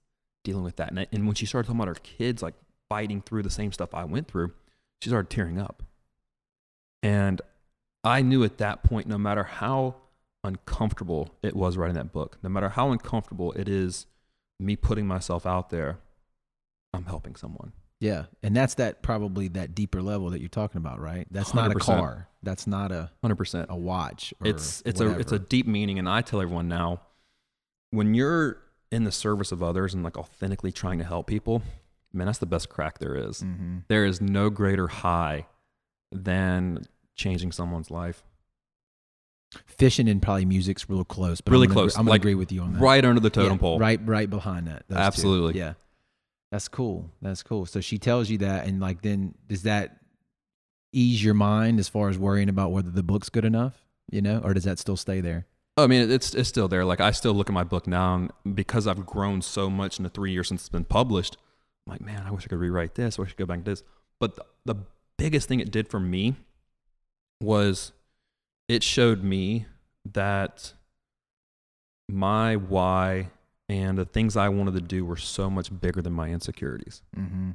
S1: dealing with that. And, I- and when she started talking about her kids, like fighting through the same stuff I went through, she started tearing up. And I knew at that point, no matter how uncomfortable it was writing that book, no matter how uncomfortable it is me putting myself out there, I'm helping someone.
S2: Yeah, and that's that probably that deeper level that you're talking about, right? That's not a
S1: 100%.
S2: car. That's not a
S1: 100%.
S2: a watch. Or
S1: it's it's a it's
S2: whatever.
S1: a deep meaning and i tell everyone now when you're in the service of others and like authentically trying to help people man that's the best crack there is.
S2: Mhm.
S1: There is no greater high than changing someone's life
S2: fishing and probably music's real close. But
S1: Really
S2: I'm gonna
S1: close,
S2: Agree, I'm gonna
S1: like,
S2: agree with you on that.
S1: right under the
S2: Yeah,
S1: totem pole
S2: Right, right behind that. those two.
S1: Absolutely.
S2: Yeah, that's cool. That's cool. So she tells you that, and like then does that ease your mind as far as worrying about whether the book's good enough? You know, or does that still stay there?
S1: i mean it's it's still there like i still look at my book now and because i've grown so much in the three years since it's been published i'm like man i wish i could rewrite this i wish i could go back to this but the, the biggest thing it did for me was it showed me that my why and the things I wanted to do were so much bigger than my insecurities.
S2: Mm-hmm.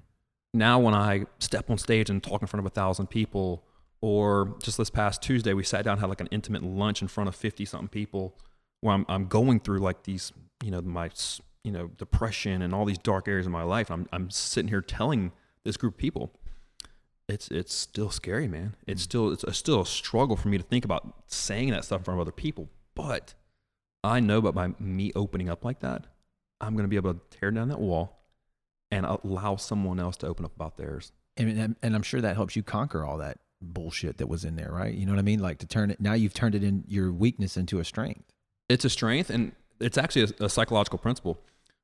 S1: Now, when I step on stage and talk in front of a thousand people, or just this past Tuesday, we sat down and had like an intimate lunch in front of 50 something people where I'm, I'm going through like these, you know, my, s- you know, depression and all these dark areas of my life. I'm, I'm sitting here telling this group of people, it's, it's still scary, man. It's still, it's a, still a struggle for me to think about saying that stuff in front of other people. But I know that by me opening up like that, I'm going to be able to tear down that wall and allow someone else to open up about theirs.
S2: And, and and I'm sure that helps you conquer all that bullshit that was in there, right? You know what I mean? Like to turn it. Now you've turned it in your weakness into a strength.
S1: It's a strength, and it's actually a, a psychological principle.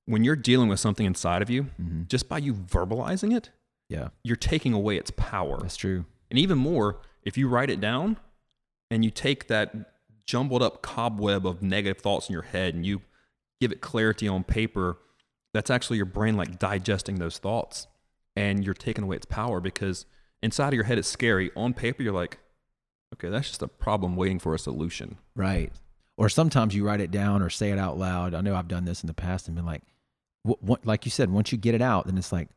S1: When you're dealing with something inside of you,
S2: Mm-hmm.
S1: just by you verbalizing it,
S2: Yeah,
S1: you're taking away its power.
S2: that's true.
S1: And even more, if you write it down and you take that jumbled up cobweb of negative thoughts in your head and you give it clarity on paper, that's actually your brain like digesting those thoughts and you're taking away its power because inside of your head it's scary. On paper, you're like, okay, that's just a problem waiting for a solution.
S2: Right. Or sometimes you write it down or say it out loud. I know I've done this in the past and been like, what, what, like you said, once you get it out, then it's like,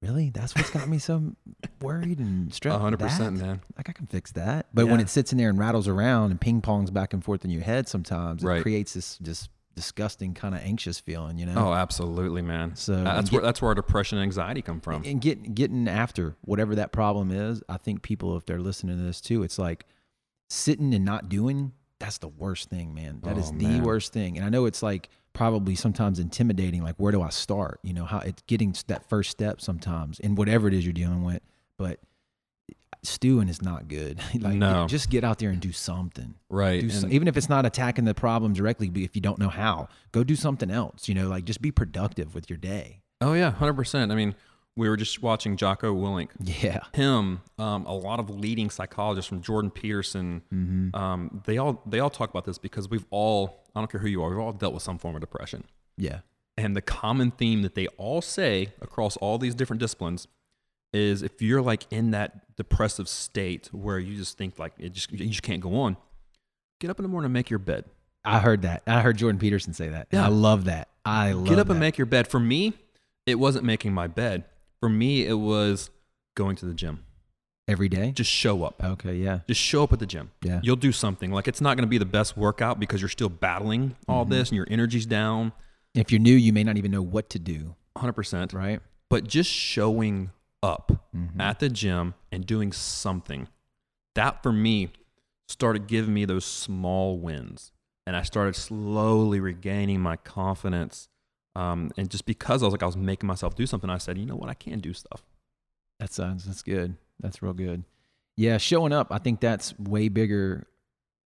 S2: really? That's what's got me so worried and stressed.
S1: 100%,
S2: That?
S1: man.
S2: Like I can fix that. But when
S1: Yeah.
S2: it sits in there and rattles around and ping pongs back and forth in your head sometimes, it
S1: Right.
S2: creates this just disgusting kind of anxious feeling, you know?
S1: Oh, absolutely, man.
S2: So,
S1: So that's
S2: and
S1: where that's where our depression and anxiety come from.
S2: and getting getting after whatever that problem is i think people if they're listening to this too it's like sitting and not doing that's the worst thing man That is
S1: Oh,
S2: the
S1: man.
S2: worst thing and i know it's like probably sometimes intimidating like where do i start you know how it's getting s- that first step sometimes in whatever it is you're dealing with but stewing is not good like
S1: No.
S2: just get out there and do something
S1: Right.
S2: do
S1: and-
S2: some, even if it's not attacking the problem directly but if you don't know how go do something else you know like just be productive with your day
S1: oh yeah, hundred percent. I mean, we were just watching Jocko Willink.
S2: yeah
S1: Him, um, a lot of leading psychologists from Jordan Peterson,
S2: Mm-hmm.
S1: um, they all they all talk about this because we've all I don't care who you are, we've all dealt with some form of depression.
S2: yeah
S1: And the common theme that they all say across all these different disciplines is if you're like in that depressive state where you just think like it just you just can't go on, get up in the morning and make your bed.
S2: I heard that. I heard Jordan Peterson say that. And
S1: Yeah.
S2: I love that. I love
S1: get up
S2: that.
S1: and make your bed. For me, it wasn't making my bed. For me, it was going to the gym.
S2: every day.
S1: Just show up.
S2: Okay, yeah.
S1: Just show up at the gym.
S2: Yeah.
S1: You'll do something. Like it's not going to be the best workout because you're still battling all
S2: Mm-hmm.
S1: this and your energy's down
S2: If you're new, you may not even know what to do,
S1: 100%.
S2: right? Mm-hmm.
S1: But just showing up at the gym and doing something. That for me started giving me those small wins. And I started slowly regaining my confidence. Um, and just because I was like, I was making myself do something, I said, you know what? I can do stuff.
S2: That sounds that's good. That's real good. Yeah, showing up, I think that's way bigger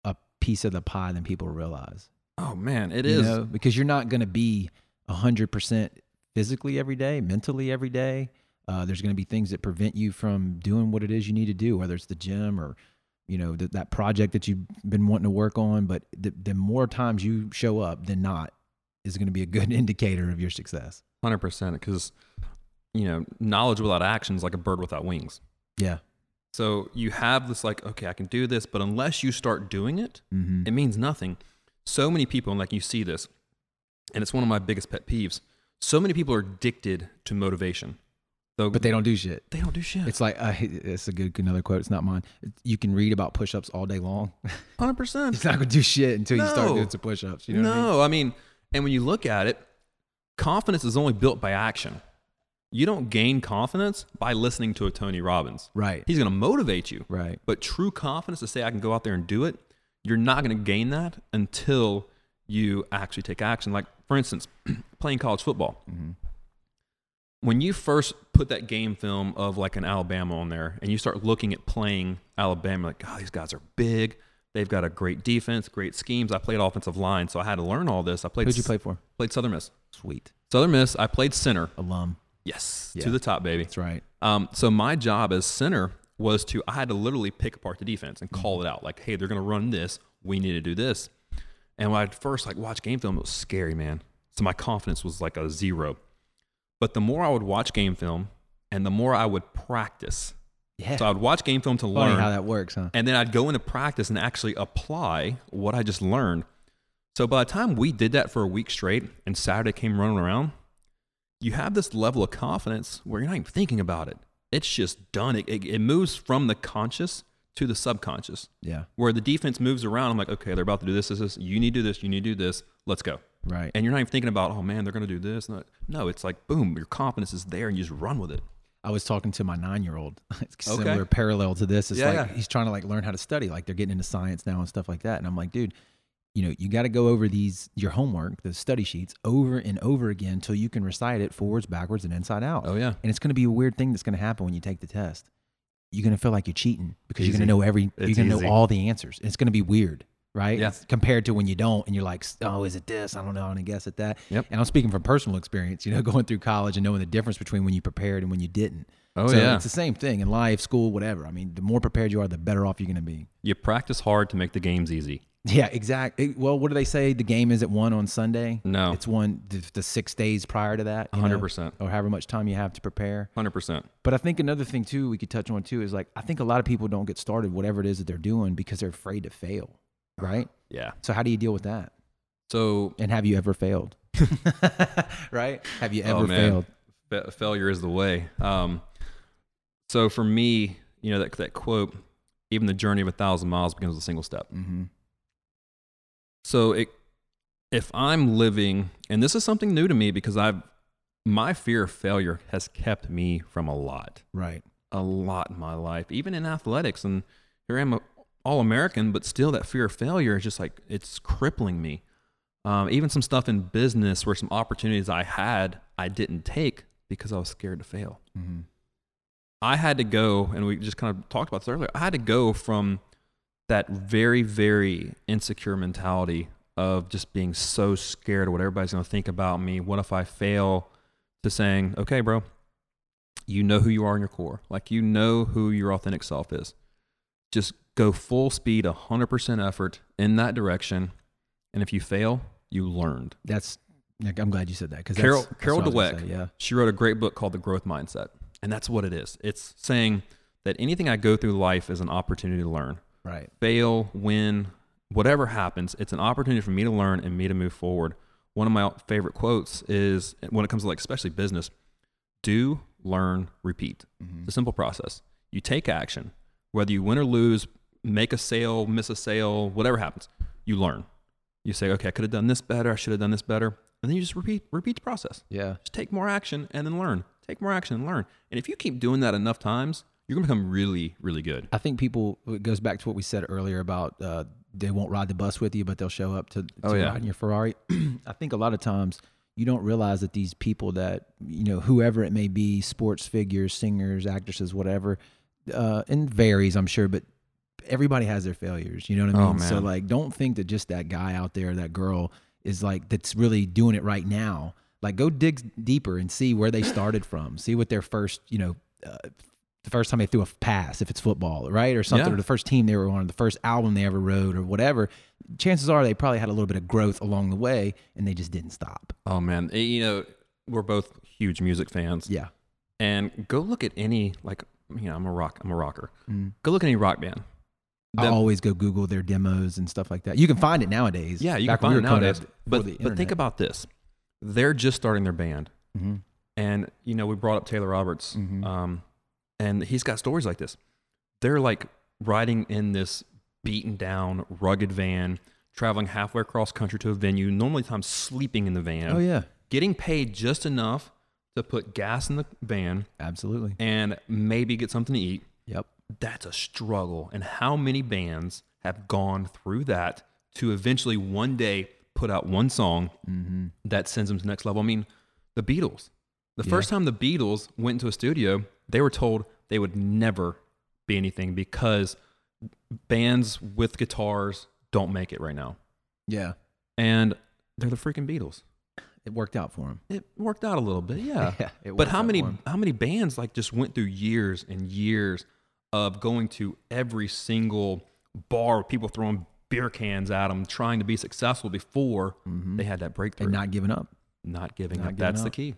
S2: a piece of the pie than people realize.
S1: Oh man, it
S2: you
S1: is.
S2: know, because you're not going to be 100% physically every day, mentally every day. Uh, there's going to be things that prevent you from doing what it is you need to do, whether it's the gym or, you know, th- that project that you've been wanting to work on. But the, the more times you show up than not is going to be a good indicator of your success.
S1: Hundred percent, because you know, knowledge without action is like a bird without wings.
S2: Yeah.
S1: So you have this like, okay, I can do this, but unless you start doing it,
S2: Mm-hmm.
S1: it means nothing. So many people, and like you see this, and it's one of my biggest pet peeves. So many people are addicted to motivation. So
S2: but they don't do shit.
S1: they don't do shit.
S2: It's like uh, it's a good another quote. It's not mine. You can read about push-ups all day long.
S1: hundred percent.
S2: It's not gonna do shit until you start
S1: No.
S2: doing some push-ups. You know what I mean?
S1: no, I mean? and when you look at it, confidence is only built by action. You don't gain confidence by listening to a Tony Robbins.
S2: Right.
S1: He's going to motivate you.
S2: Right.
S1: But true confidence to say I can go out there and do it, you're not going to gain that until you actually take action. Like for instance, playing college football.
S2: Mm-hmm.
S1: When you first put that game film of like an Alabama on there, and you start looking at playing Alabama, like God, these guys are big. They've got a great defense, great schemes. I played offensive line, so I had to learn all this. I played.
S2: Who'd you play for?
S1: Played Southern Miss.
S2: Sweet
S1: Southern Miss. I played center.
S2: alum.
S1: Yes,
S2: Yeah.
S1: to the top, baby.
S2: That's right.
S1: Um, so my job as center was to I had to literally pick apart the defense and call it out. Like, hey, they're gonna run this. We need to do this. And when I first like watched game film, it was scary, man. So my confidence was like a zero. But the more I would watch game film, and the more I would practice.
S2: Yeah.
S1: So I would watch game film to
S2: Funny
S1: learn,
S2: how that works, huh?
S1: and then I'd go into practice and actually apply what I just learned. So by the time we did that for a week straight, and Saturday came running around, you have this level of confidence where you're not even thinking about it. It's just done. It, it, it moves from the conscious to the subconscious,
S2: Yeah.
S1: where the defense moves around. I'm like, okay, they're about to do this, this, this. You need to do this. You need to do this. Let's go.
S2: Right.
S1: And you're not even thinking about, oh man, they're going to do this. No, no, it's like, boom, your confidence is there and you just run with it.
S2: I was talking to my nine year old. It's
S1: Okay.
S2: similar parallel to this. It's
S1: Yeah,
S2: like
S1: yeah.
S2: he's trying to like learn how to study. Like they're getting into science now and stuff like that. And I'm like, dude, you know, you got to go over these your homework, the study sheets, over and over again until you can recite it forwards, backwards, and inside out.
S1: Oh, yeah.
S2: And it's going to be a weird thing that's going to happen when you take the test. You're going to feel like you're cheating because you're going
S1: Easy.
S2: to know every.
S1: It's
S2: you're going to
S1: easy.
S2: know all the answers. It's going to be weird. Right.
S1: Yeah.
S2: It's compared to when you don't and you're like, oh, is it this? I don't know. I'm going to guess at that.
S1: Yep.
S2: And I'm speaking from personal experience, you know, going through college and knowing the difference between when you prepared and when you didn't.
S1: Oh,
S2: so
S1: yeah.
S2: It's the same thing in life, school, whatever. I mean, the more prepared you are, the better off you're going to be.
S1: You practice hard to make the games easy.
S2: Yeah, exactly. Well, what do they say? The game is at one on Sunday.
S1: No.
S2: It's one the, the six days prior to that. you know,
S1: 100%.
S2: Or however much time you have to prepare.
S1: 100%.
S2: But I think another thing, too, we could touch on, too, is like I think a lot of people don't get started, whatever it is that they're doing, because they're afraid to fail. Right.
S1: Yeah.
S2: So, how do you deal with that?
S1: So
S2: And have you ever failed? right? Have you ever
S1: Oh, man.
S2: failed?
S1: fa- failure is the way. Um, so for me, you know that that quote, even the journey of a thousand miles begins with a single step.
S2: Mm-hmm.
S1: So it, if I'm living, and this is something new to me because I've my fear of failure has kept me from a lot,
S2: Right.
S1: a lot in my life, even in athletics. And here I am, a all American, but still that fear of failure is just like it's crippling me. Um, even some stuff in business where some opportunities I had I didn't take because I was scared to fail.
S2: Mm-hmm.
S1: I had to go, and we just kind of talked about this earlier. I had to go from that very, very insecure mentality of just being so scared of what everybody's going to think about me. What if I fail? To saying, okay, bro, you know who you are in your core. Like, you know who your authentic self is. Just go full speed, 100% effort in that direction. And if you fail, you learned.
S2: That's. Like, I'm glad you said that because
S1: Carol
S2: that's,
S1: Carol
S2: that's what I was
S1: Dweck.
S2: gonna say, Yeah.
S1: She wrote a great book called The Growth Mindset, and that's what it is. It's saying that anything I go through life is an opportunity to learn.
S2: Right.
S1: Fail, win, whatever happens, it's an opportunity for me to learn and me to move forward. One of my favorite quotes is when it comes to like especially business, do, learn, repeat. It's a simple process. You take action, whether you win or lose, make a sale, miss a sale, whatever happens, you learn. You say, okay, I could have done this better, I should have done this better. And then you just repeat repeat the process
S2: Yeah.
S1: just take more action and then learn. Take more action and learn. And if you keep doing that enough times, you're gonna become really, really good.
S2: I think people it goes back to what we said earlier about uh, they won't ride the bus with you, but they'll show up to, to
S1: Oh, yeah.
S2: ride in your Ferrari. I think a lot of times you don't realize that these people that you know, whoever it may be, sports figures, singers, actresses, whatever, uh, and varies, I'm sure, but everybody has their failures. You know what I
S1: Oh,
S2: mean? So
S1: man.
S2: like, don't think that just that guy out there, that girl, is like that's really doing it right now. Like, go dig deeper and see where they started from. See what their first, you know. Uh, the first time they threw a pass, if it's football, right, or something,
S1: Yeah.
S2: or the first team they were on, the first album they ever wrote, or whatever. Chances are they probably had a little bit of growth along the way, and they just didn't stop.
S1: Oh man, Eh, you know we're both huge music fans.
S2: Yeah,
S1: And go look at any like you know I'm a rock I'm a rocker.
S2: Mm.
S1: Go look at any rock band.
S2: I
S1: Them-
S2: always go Google their demos and stuff like that. You can find it nowadays.
S1: yeah, you
S2: Back
S1: can find it
S2: when we were coming
S1: nowadays.
S2: up before
S1: But
S2: the
S1: but think
S2: internet.
S1: about this: they're just starting their band,
S2: Mhm.
S1: And you know, we brought up Taylor Roberts,
S2: Mhm.
S1: um, and he's got stories like this. They're like riding in this beaten down, rugged van, traveling halfway across country to a venue. Normally, times sleeping in the van,
S2: Oh yeah,
S1: getting paid just enough to put gas in the van
S2: absolutely.
S1: and maybe get something to eat.
S2: Yep.
S1: That's a struggle. And how many bands have gone through that to eventually one day put out one song
S2: Mm-hmm.
S1: that sends them to the next level. I mean, the Beatles. The
S2: Yeah.
S1: first time the Beatles went into a studio, they were told they would never be anything because bands with guitars don't make it right now.
S2: Yeah,
S1: And they're the freaking Beatles.
S2: it worked out for him.
S1: It worked out a little bit, yeah.
S2: it
S1: but
S2: worked
S1: how
S2: out
S1: many
S2: for 'em.
S1: how many bands like just went through years and years of going to every single bar with people throwing beer cans at them trying to be successful before they had that breakthrough
S2: Mm-hmm. and not giving up?
S1: not giving
S2: Not
S1: up.
S2: giving
S1: That's the
S2: up.
S1: key.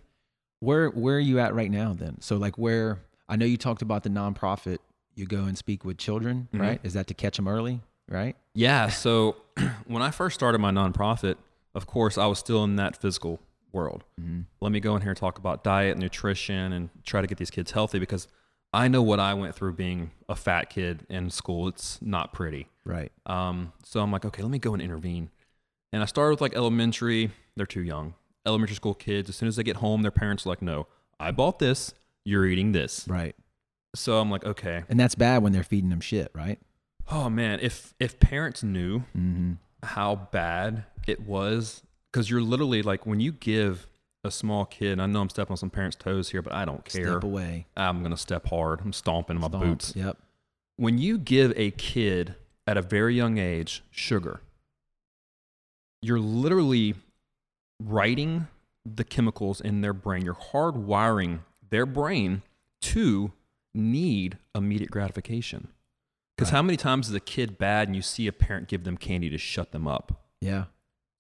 S2: Where where are you at right now then? So like where I know you talked about the nonprofit. You go and speak with children,
S1: Mhm.
S2: right? Is that to catch them early, right?
S1: Yeah. So when I first started my nonprofit, of course, I was still in that physical world.
S2: Mm-hmm.
S1: Let me go in here and talk about diet, nutrition, and try to get these kids healthy because I know what I went through being a fat kid in school. It's not pretty.
S2: Right.
S1: Um, so I'm like, okay, let me go and intervene. And I started with like elementary. They're too young. Elementary school kids, as soon as they get home, their parents are like, no, I bought this. You're eating this.
S2: Right.
S1: So I'm like, okay.
S2: And that's bad when they're feeding them shit, right?
S1: Oh man, if if parents knew
S2: Mm-hmm.
S1: how bad it was because you're literally like when you give a small kid and i know i'm stepping on some parents toes here but i don't care
S2: Step away.
S1: i'm gonna step hard i'm stomping in my
S2: Stomp.
S1: boots
S2: Yep.
S1: when you give a kid at a very young age sugar you're literally writing the chemicals in their brain you're hardwiring their brain to need immediate gratification because
S2: Right.
S1: how many times is a kid bad and you see a parent give them candy to shut them up
S2: Yeah.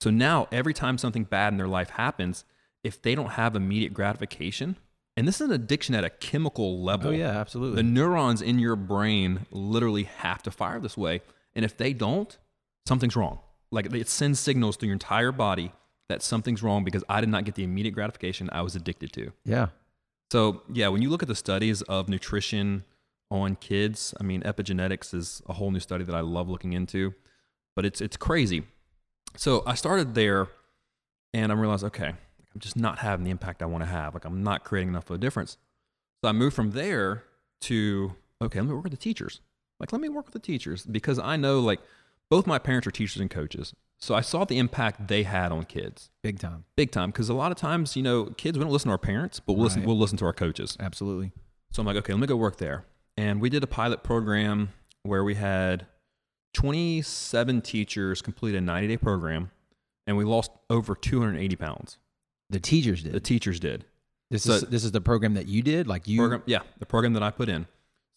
S1: so now every time something bad in their life happens, if they don't have immediate gratification, and this is an addiction at a chemical level.
S2: Oh yeah, absolutely.
S1: The neurons in your brain literally have to fire this way. And if they don't, something's wrong. Like it sends signals through your entire body that something's wrong because I did not get the immediate gratification I was addicted to.
S2: yeah.
S1: So, yeah, when you look at the studies of nutrition on kids, I mean, epigenetics is a whole new study that I love looking into, but it's it's crazy. So, I started there and I realized, okay, I'm just not having the impact I want to have. Like I'm not creating enough of a difference. So, I moved from there to okay, let me work with the teachers. Like let me work with the teachers because I know like both my parents are teachers and coaches. So, I saw the impact they had on kids
S2: Big time.
S1: big time because a lot of times you know kids we don't listen to our parents but we'll listen
S2: Right.
S1: we'll listen to our coaches
S2: Absolutely.
S1: so i'm like okay let me go work there and we did a pilot program where we had 27 teachers complete a 90 day program and we lost over 280 pounds
S2: The teachers
S1: the
S2: did.
S1: teachers did
S2: This
S1: so-
S2: is this is the program that you did, like you
S1: program yeah the program that i put in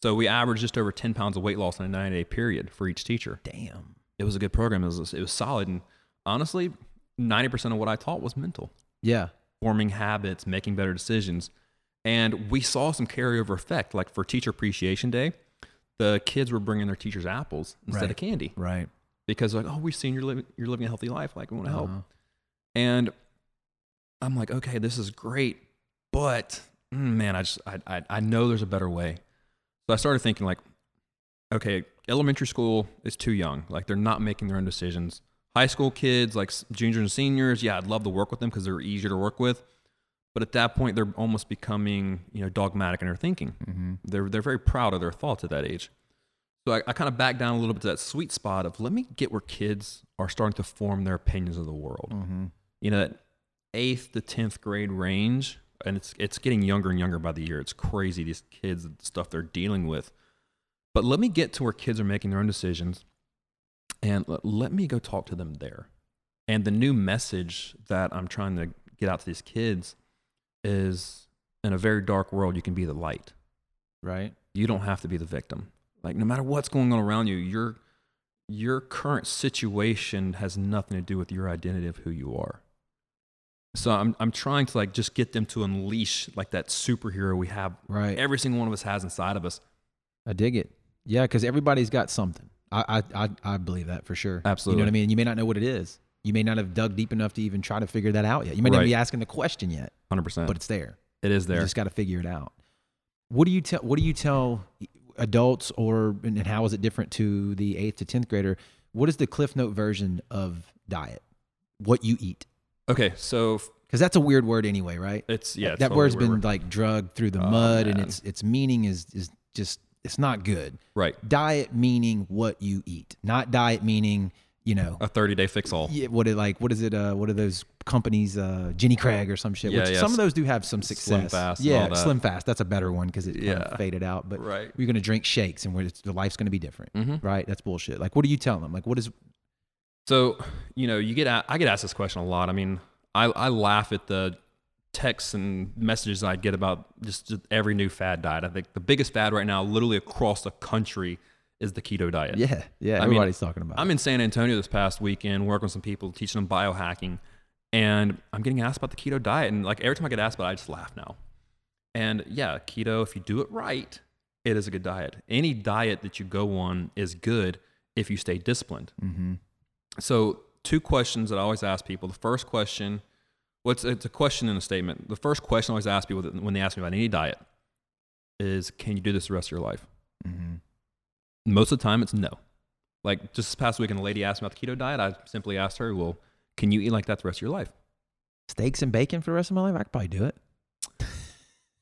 S1: so we averaged just over 10 pounds of weight loss in a 90 day period for each teacher
S2: Damn.
S1: it was a good program it was, it was solid and honestly 90% of what i taught was mental
S2: Yeah.
S1: forming habits, making better decisions. And we saw some carryover effect. Like for Teacher Appreciation Day, the kids were bringing their teachers apples instead
S2: Right.
S1: of candy
S2: Right.
S1: because, like, oh, we've seen you're living, you're living a healthy life. Like, we want to help.
S2: Uh-huh.
S1: And I'm like, okay, this is great, but mm, man, I just I, I I know there's a better way. So I started thinking like, okay, elementary school is too young. Like they're not making their own decisions. High school kids, like s- juniors and seniors, yeah, I'd love to work with them because they're easier to work with. But at that point, they're almost becoming you know dogmatic in their thinking. They're they're very proud of their thoughts at that age. So I, I kind of back down a little bit to that sweet spot of let me get where kids are starting to form their opinions of the world
S2: Mm-hmm.
S1: you know that eighth to tenth grade range, and it's it's getting younger and younger by the year. It's crazy these kids the stuff they're dealing with. But let me get to where kids are making their own decisions, and let, let me go talk to them there. And the new message that I'm trying to get out to these kids is: in a very dark world, you can be the light.
S2: Right.
S1: You don't have to be the victim. Like no matter what's going on around you, your your current situation has nothing to do with your identity of who you are. So I'm I'm trying to like just get them to unleash like that superhero we have
S2: Right.
S1: every single one of us has inside of us.
S2: I dig it. Yeah, because everybody's got something. I, I I I believe that for sure. You know
S1: Absolutely.
S2: what I mean? You may not know what it is. You may not have dug deep enough to even try to figure that out yet. You may not
S1: Right.
S2: be asking the question yet,
S1: 100%.
S2: but
S1: But
S2: it's there.
S1: It is
S2: You
S1: there.
S2: just got to figure it out. What do you tell? What do you tell adults, or and and how is it different to the eighth to tenth grader? What is the Cliff Note version of diet? What you eat,
S1: okay, so f-
S2: because that's a weird word anyway, right?
S1: it's yeah. it's
S2: that
S1: totally
S2: word's
S1: where
S2: been
S1: we're-
S2: like drugged through the
S1: Oh,
S2: mud, and
S1: man.
S2: its its meaning is is just it's not good.
S1: right.
S2: Diet meaning what you eat, not diet meaning you know
S1: A thirty day fix all.
S2: yeah, what it like? What is it? Uh, what are those companies? Uh, Jenny Craig or some shit.
S1: Yeah,
S2: which
S1: yeah,
S2: Some of
S1: s-
S2: those do have some success.
S1: Fast and
S2: yeah,
S1: all that.
S2: Slim Fast. That's a better one because it kind
S1: Yeah.
S2: of faded out. But Mm-hmm.
S1: Right.
S2: we're gonna drink shakes and we're just, the life's gonna be different.
S1: Mhm.
S2: Right? That's bullshit. Like, what do you tell them? Like, what is?
S1: So, you know, you get a- I get asked this question a lot. I mean, I, I laugh at the texts and messages I get about just, just every new fad diet. I think the biggest fad right now, literally across the country, is the keto diet.
S2: Yeah, yeah.
S1: I mean,
S2: everybody's talking about.
S1: I'm in San Antonio this past weekend working with some people, teaching them biohacking, and I'm getting asked about the keto diet. And like every time I get asked about it, I just laugh now. And yeah, keto, if you do it right, it is a good diet. Any diet that you go on is good if you stay disciplined.
S2: it. Mm-hmm.
S1: So, two questions that I always ask people. The first question, what's it's a question and a statement. The first question I always ask people that- when they ask me about any diet is, "Can you do this the rest of your life?"
S2: Mm-hmm.
S1: Most of the time, it's no. Like just this past weekend, a lady asked me about the keto diet. I simply asked her, "Well, can you eat like that the rest of your life?"
S2: Steaks and bacon for the rest of my life. I could probably do it.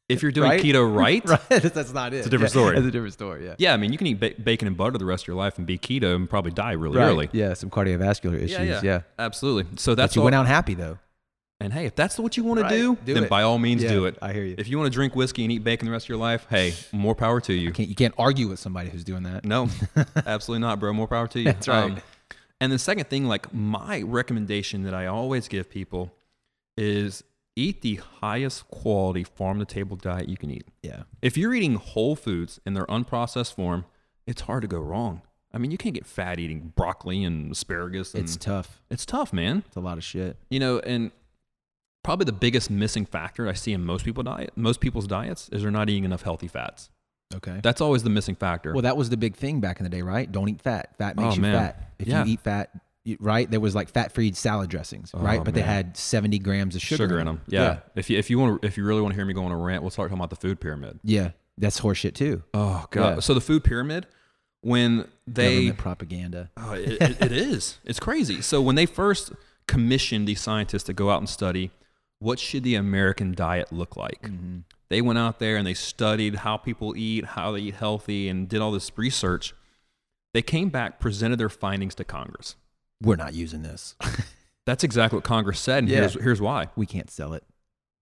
S1: If you're doing
S2: Right?
S1: keto right,
S2: right. That's not it. It's
S1: a different story.
S2: It's a different story. Yeah.
S1: yeah, I mean, you can eat ba- bacon and butter the rest of your life and be keto and probably die really
S2: Right.
S1: early.
S2: Yeah. Some cardiovascular issues. Yeah.
S1: yeah. Absolutely. So that's
S2: but you
S1: all-
S2: went out happy though.
S1: And hey, if that's what you want
S2: Right.
S1: to do,
S2: Do
S1: then
S2: it.
S1: by all means,
S2: Yeah,
S1: do it.
S2: I hear you.
S1: If you want to drink whiskey and eat bacon the rest of your life, hey, more power to you.
S2: You can't, you can't argue with somebody who's doing that.
S1: No, absolutely not, bro. More power to you. Um,
S2: That's right.
S1: and the second thing, like my recommendation that I always give people is eat the highest quality farm to table diet you can eat.
S2: Yeah.
S1: If you're eating whole foods in their unprocessed form, it's hard to go wrong. I mean, you can't get fat eating broccoli and asparagus. And
S2: It's
S1: it's,
S2: tough.
S1: it's tough, man.
S2: It's a lot of shit.
S1: you know and probably the biggest missing factor i see in most people diet most people's diets is they're not eating enough healthy fats
S2: Okay.
S1: that's always the missing factor
S2: Well, that was the big thing back in the day, right? Don't eat fat. Fat makes
S1: Oh,
S2: you
S1: man.
S2: fat. If
S1: Yeah. Oh,
S2: you eat fat, you- right? There was like fat-free salad dressings, right? But they
S1: man.
S2: had 70 grams of sugar,
S1: sugar, in them yeah. if you if you want to, if you really want to hear me go on a rant we'll start talking about the food pyramid
S2: Yeah. Yeah. That's horseshit too.
S1: oh god
S2: Yeah.
S1: so the food pyramid when they
S2: Government propaganda.
S1: Oh, it, it, it is. It's crazy. So when they first commissioned these scientists to go out and study what should the American diet look like, they went out there and they studied how people eat, how they eat healthy, and did all this research. They came back, presented their findings to Congress.
S2: We're not using this.
S1: That's exactly what Congress said, and
S2: Yeah.
S1: here's, here's why.
S2: we can't sell it.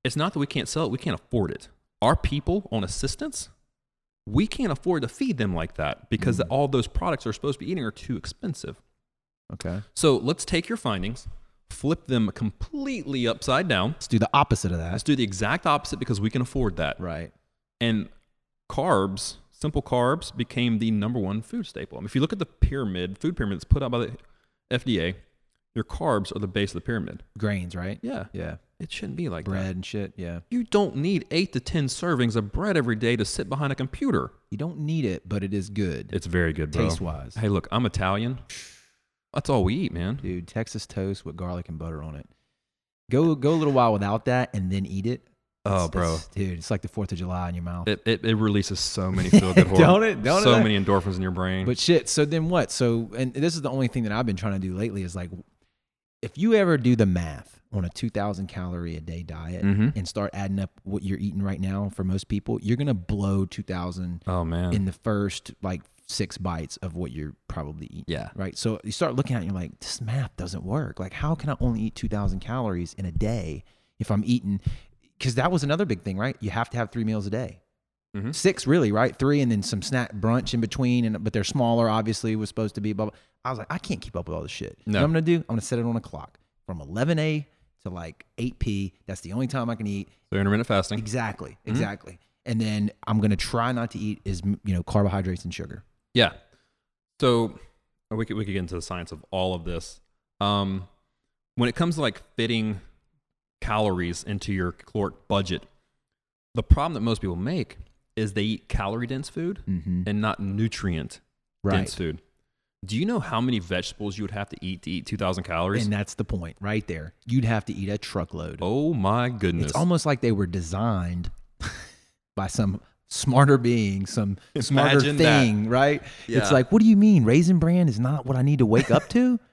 S1: It's not that we can't sell it; we can't afford it. Our people on assistance, we can't afford to feed them like that because all those products they're supposed to be eating are too expensive.
S2: Okay.
S1: So let's take your findings, flip them completely upside down.
S2: Let's do the opposite of that.
S1: Let's do the exact opposite because we can afford that.
S2: Right.
S1: And carbs, simple carbs, became the number one food staple. I mean, if you look at the pyramid, food pyramid that's put out by the FDA, your carbs are the base of the pyramid.
S2: Grains, right?
S1: Yeah,
S2: Yeah.
S1: it shouldn't be like that.
S2: Bread and shit. Yeah.
S1: You don't need eight to 10 servings of bread every day to sit behind a computer.
S2: You don't need it, but it is good.
S1: It's very good, bro.
S2: Taste wise.
S1: Hey, look, I'm Italian. That's all we eat, man.
S2: dude. Texas toast with garlic and butter on it. Go go a little while without that, and then eat it.
S1: Oh,
S2: It's-
S1: bro.
S2: it's- dude, it's like the Fourth of July in your mouth.
S1: It, it, it releases so many feel good hormones.
S2: Don't it? Don't
S1: so
S2: it?
S1: many endorphins in your brain.
S2: But shit. So then what? So and this is the only thing that I've been trying to do lately is like, if you ever do the math on a two thousand calorie a day diet
S1: Mhm.
S2: and start adding up what you're eating right now for most people, you're gonna blow two thousand
S1: oh man.
S2: in the first like six bites of what you're probably eating.
S1: yeah.
S2: Right. So you start looking at it and you're like, this math doesn't work. Like, how can I only eat 2,000 calories in a day if I'm eating? Because that was another big thing, right? You have to have three meals a day.
S1: Mhm.
S2: Six, really, right? Three, and then some snack brunch in between. And but they're smaller, obviously, was supposed to be. Blah, blah. I was like, I can't keep up with all this shit. You know
S1: No.
S2: what I'm gonna do? I'm gonna set it on a clock from 11 a to like 8 p. That's the only time I can eat.
S1: So intermittent fasting.
S2: Exactly,
S1: Mm-hmm.
S2: exactly. And then I'm gonna try not to eat as m- you know carbohydrates and sugar.
S1: Yeah. So uh, we could we could get into the science of all of this. Um, when it comes to like fitting calories into your caloric budget, the problem that most people make is they eat calorie dense food
S2: Mm-hmm.
S1: and not nutrient
S2: Right.
S1: dense food. Do you know how many vegetables you would have to eat to eat 2,000 calories?
S2: And that's the point right there. You'd have to eat a truckload.
S1: oh my goodness.
S2: It's almost like they were designed by some smarter being, some smarter
S1: Imagine that.
S2: thing, right?
S1: Yeah.
S2: It's like, what do you mean? Raisin bran is not what I need to wake up to?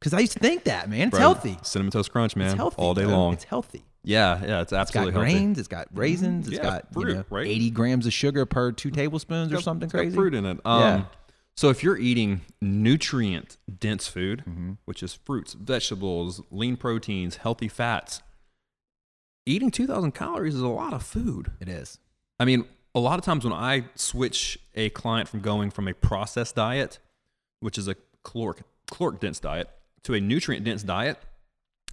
S2: Because I used to think that, man. It's
S1: Bro,
S2: healthy.
S1: Cinnamon Toast Crunch, man.
S2: It's healthy.
S1: all day
S2: bro.
S1: long.
S2: It's healthy.
S1: yeah, yeah, it's
S2: It's got
S1: absolutely healthy. Mm-hmm.
S2: grains. It's got raisins. It's
S1: Yeah,
S2: got you
S1: fruit,
S2: know,
S1: right?
S2: 80 grams of sugar per two tablespoons or
S1: got-
S2: something
S1: it's got
S2: crazy.
S1: fruit in it. Um,
S2: Yeah.
S1: So if you're eating nutrient dense food, which is fruits, vegetables, lean proteins, healthy fats, eating 2,000 calories is a lot of food.
S2: It is.
S1: I mean, a lot of times when I switch a client from going from a processed diet, which is a caloric, caloric dense diet, to a nutrient dense diet,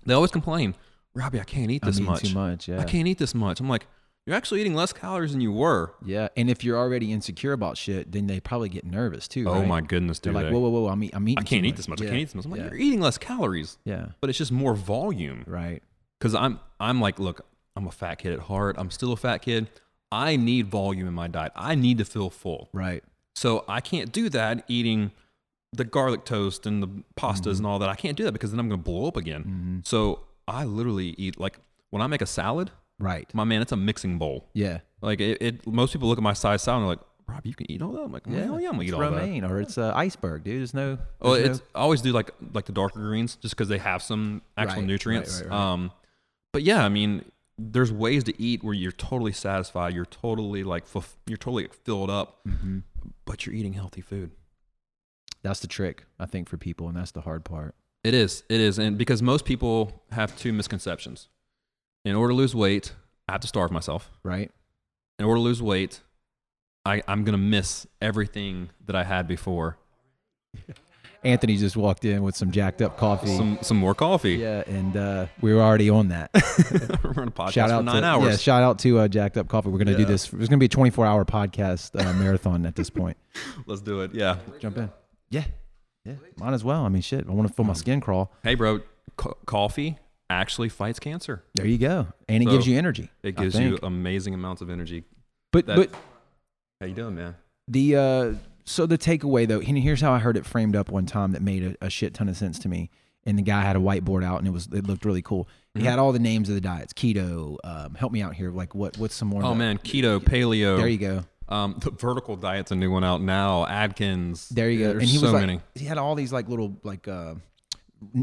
S1: they always complain, Robbie, I can't eat
S2: I'm
S1: this
S2: eating
S1: much.
S2: too much. Yeah.
S1: I can't eat this much. I'm like, you're actually eating less calories than you were.
S2: Yeah. And if you're already insecure about shit, then they probably get nervous too.
S1: Oh
S2: right?
S1: my goodness,
S2: They're
S1: dude.
S2: like, whoa, whoa, whoa! I'm, eat, I'm eating.
S1: I
S2: too
S1: can't eat this much. I
S2: Yeah.
S1: can't eat this much. I'm like,
S2: yeah.
S1: you're eating less calories,
S2: yeah.
S1: but it's just more volume.
S2: Right.
S1: Because I'm, I'm like, look, I'm a fat kid at heart. I'm still a fat kid. I need volume in my diet. I need to feel full.
S2: Right.
S1: So I can't do that eating the garlic toast and the pastas
S2: Mm-hmm.
S1: and all that. I can't do that because then I'm going to blow up again. So I literally eat like when I make a salad,
S2: Right.
S1: my man, it's a mixing bowl.
S2: Yeah.
S1: Like it, it most people look at my size salad and they're like, Rob, you can eat all that. I'm like, yeah, yeah, I'm gonna
S2: it's
S1: eat all that.
S2: romaine or it's uh, iceberg, dude. There's no.
S1: Oh,
S2: there's
S1: it's I always do like like the darker greens just because they have some actual
S2: Right, right,
S1: nutrients.
S2: right, right.
S1: Um, but yeah, I mean, there's ways to eat where you're totally satisfied, you're totally like fulf- you're totally filled up,
S2: no, Mhm.
S1: but you're eating healthy food.
S2: That's the trick, I think, for people, and that's the hard part.
S1: It is. It is. And because most people have two misconceptions. In order to lose weight, I have to starve myself.
S2: Right.
S1: In order to lose weight, I, I'm going to miss everything that I had before.
S2: Anthony just walked in with some jacked up coffee.
S1: Some, some more coffee.
S2: yeah, and uh, we were already on that.
S1: We're on a podcast
S2: shout
S1: for
S2: out
S1: nine
S2: to,
S1: hours.
S2: Yeah, shout out to uh, Jacked Up Coffee. We're gonna do
S1: Yeah.
S2: this. It's gonna be a 24 hour podcast uh, marathon at this point.
S1: Let's do it. Yeah.
S2: Jump in. Yeah. Yeah. Might as well. I mean, shit. I want to feel my
S1: Hmm.
S2: skin crawl.
S1: Hey, bro, co- coffee actually fights cancer.
S2: There you go. And it
S1: So,
S2: gives you energy.
S1: It
S2: I
S1: gives you
S2: think.
S1: amazing amounts of energy.
S2: But
S1: that-
S2: but
S1: How you doing, man?
S2: the uh so the takeaway though and here's how i heard it framed up one time that made a, a shit ton of sense to me and the guy had a whiteboard out and it was it looked really cool
S1: Mm-hmm.
S2: he had all the names of the diets keto um help me out here like what what's some more
S1: Oh,
S2: the-
S1: man. Keto, paleo.
S2: there you go
S1: Um, the vertical diet's a new one out now. Adkins.
S2: there you go
S1: There's
S2: and he
S1: so
S2: was like
S1: many.
S2: he had all these like little like uh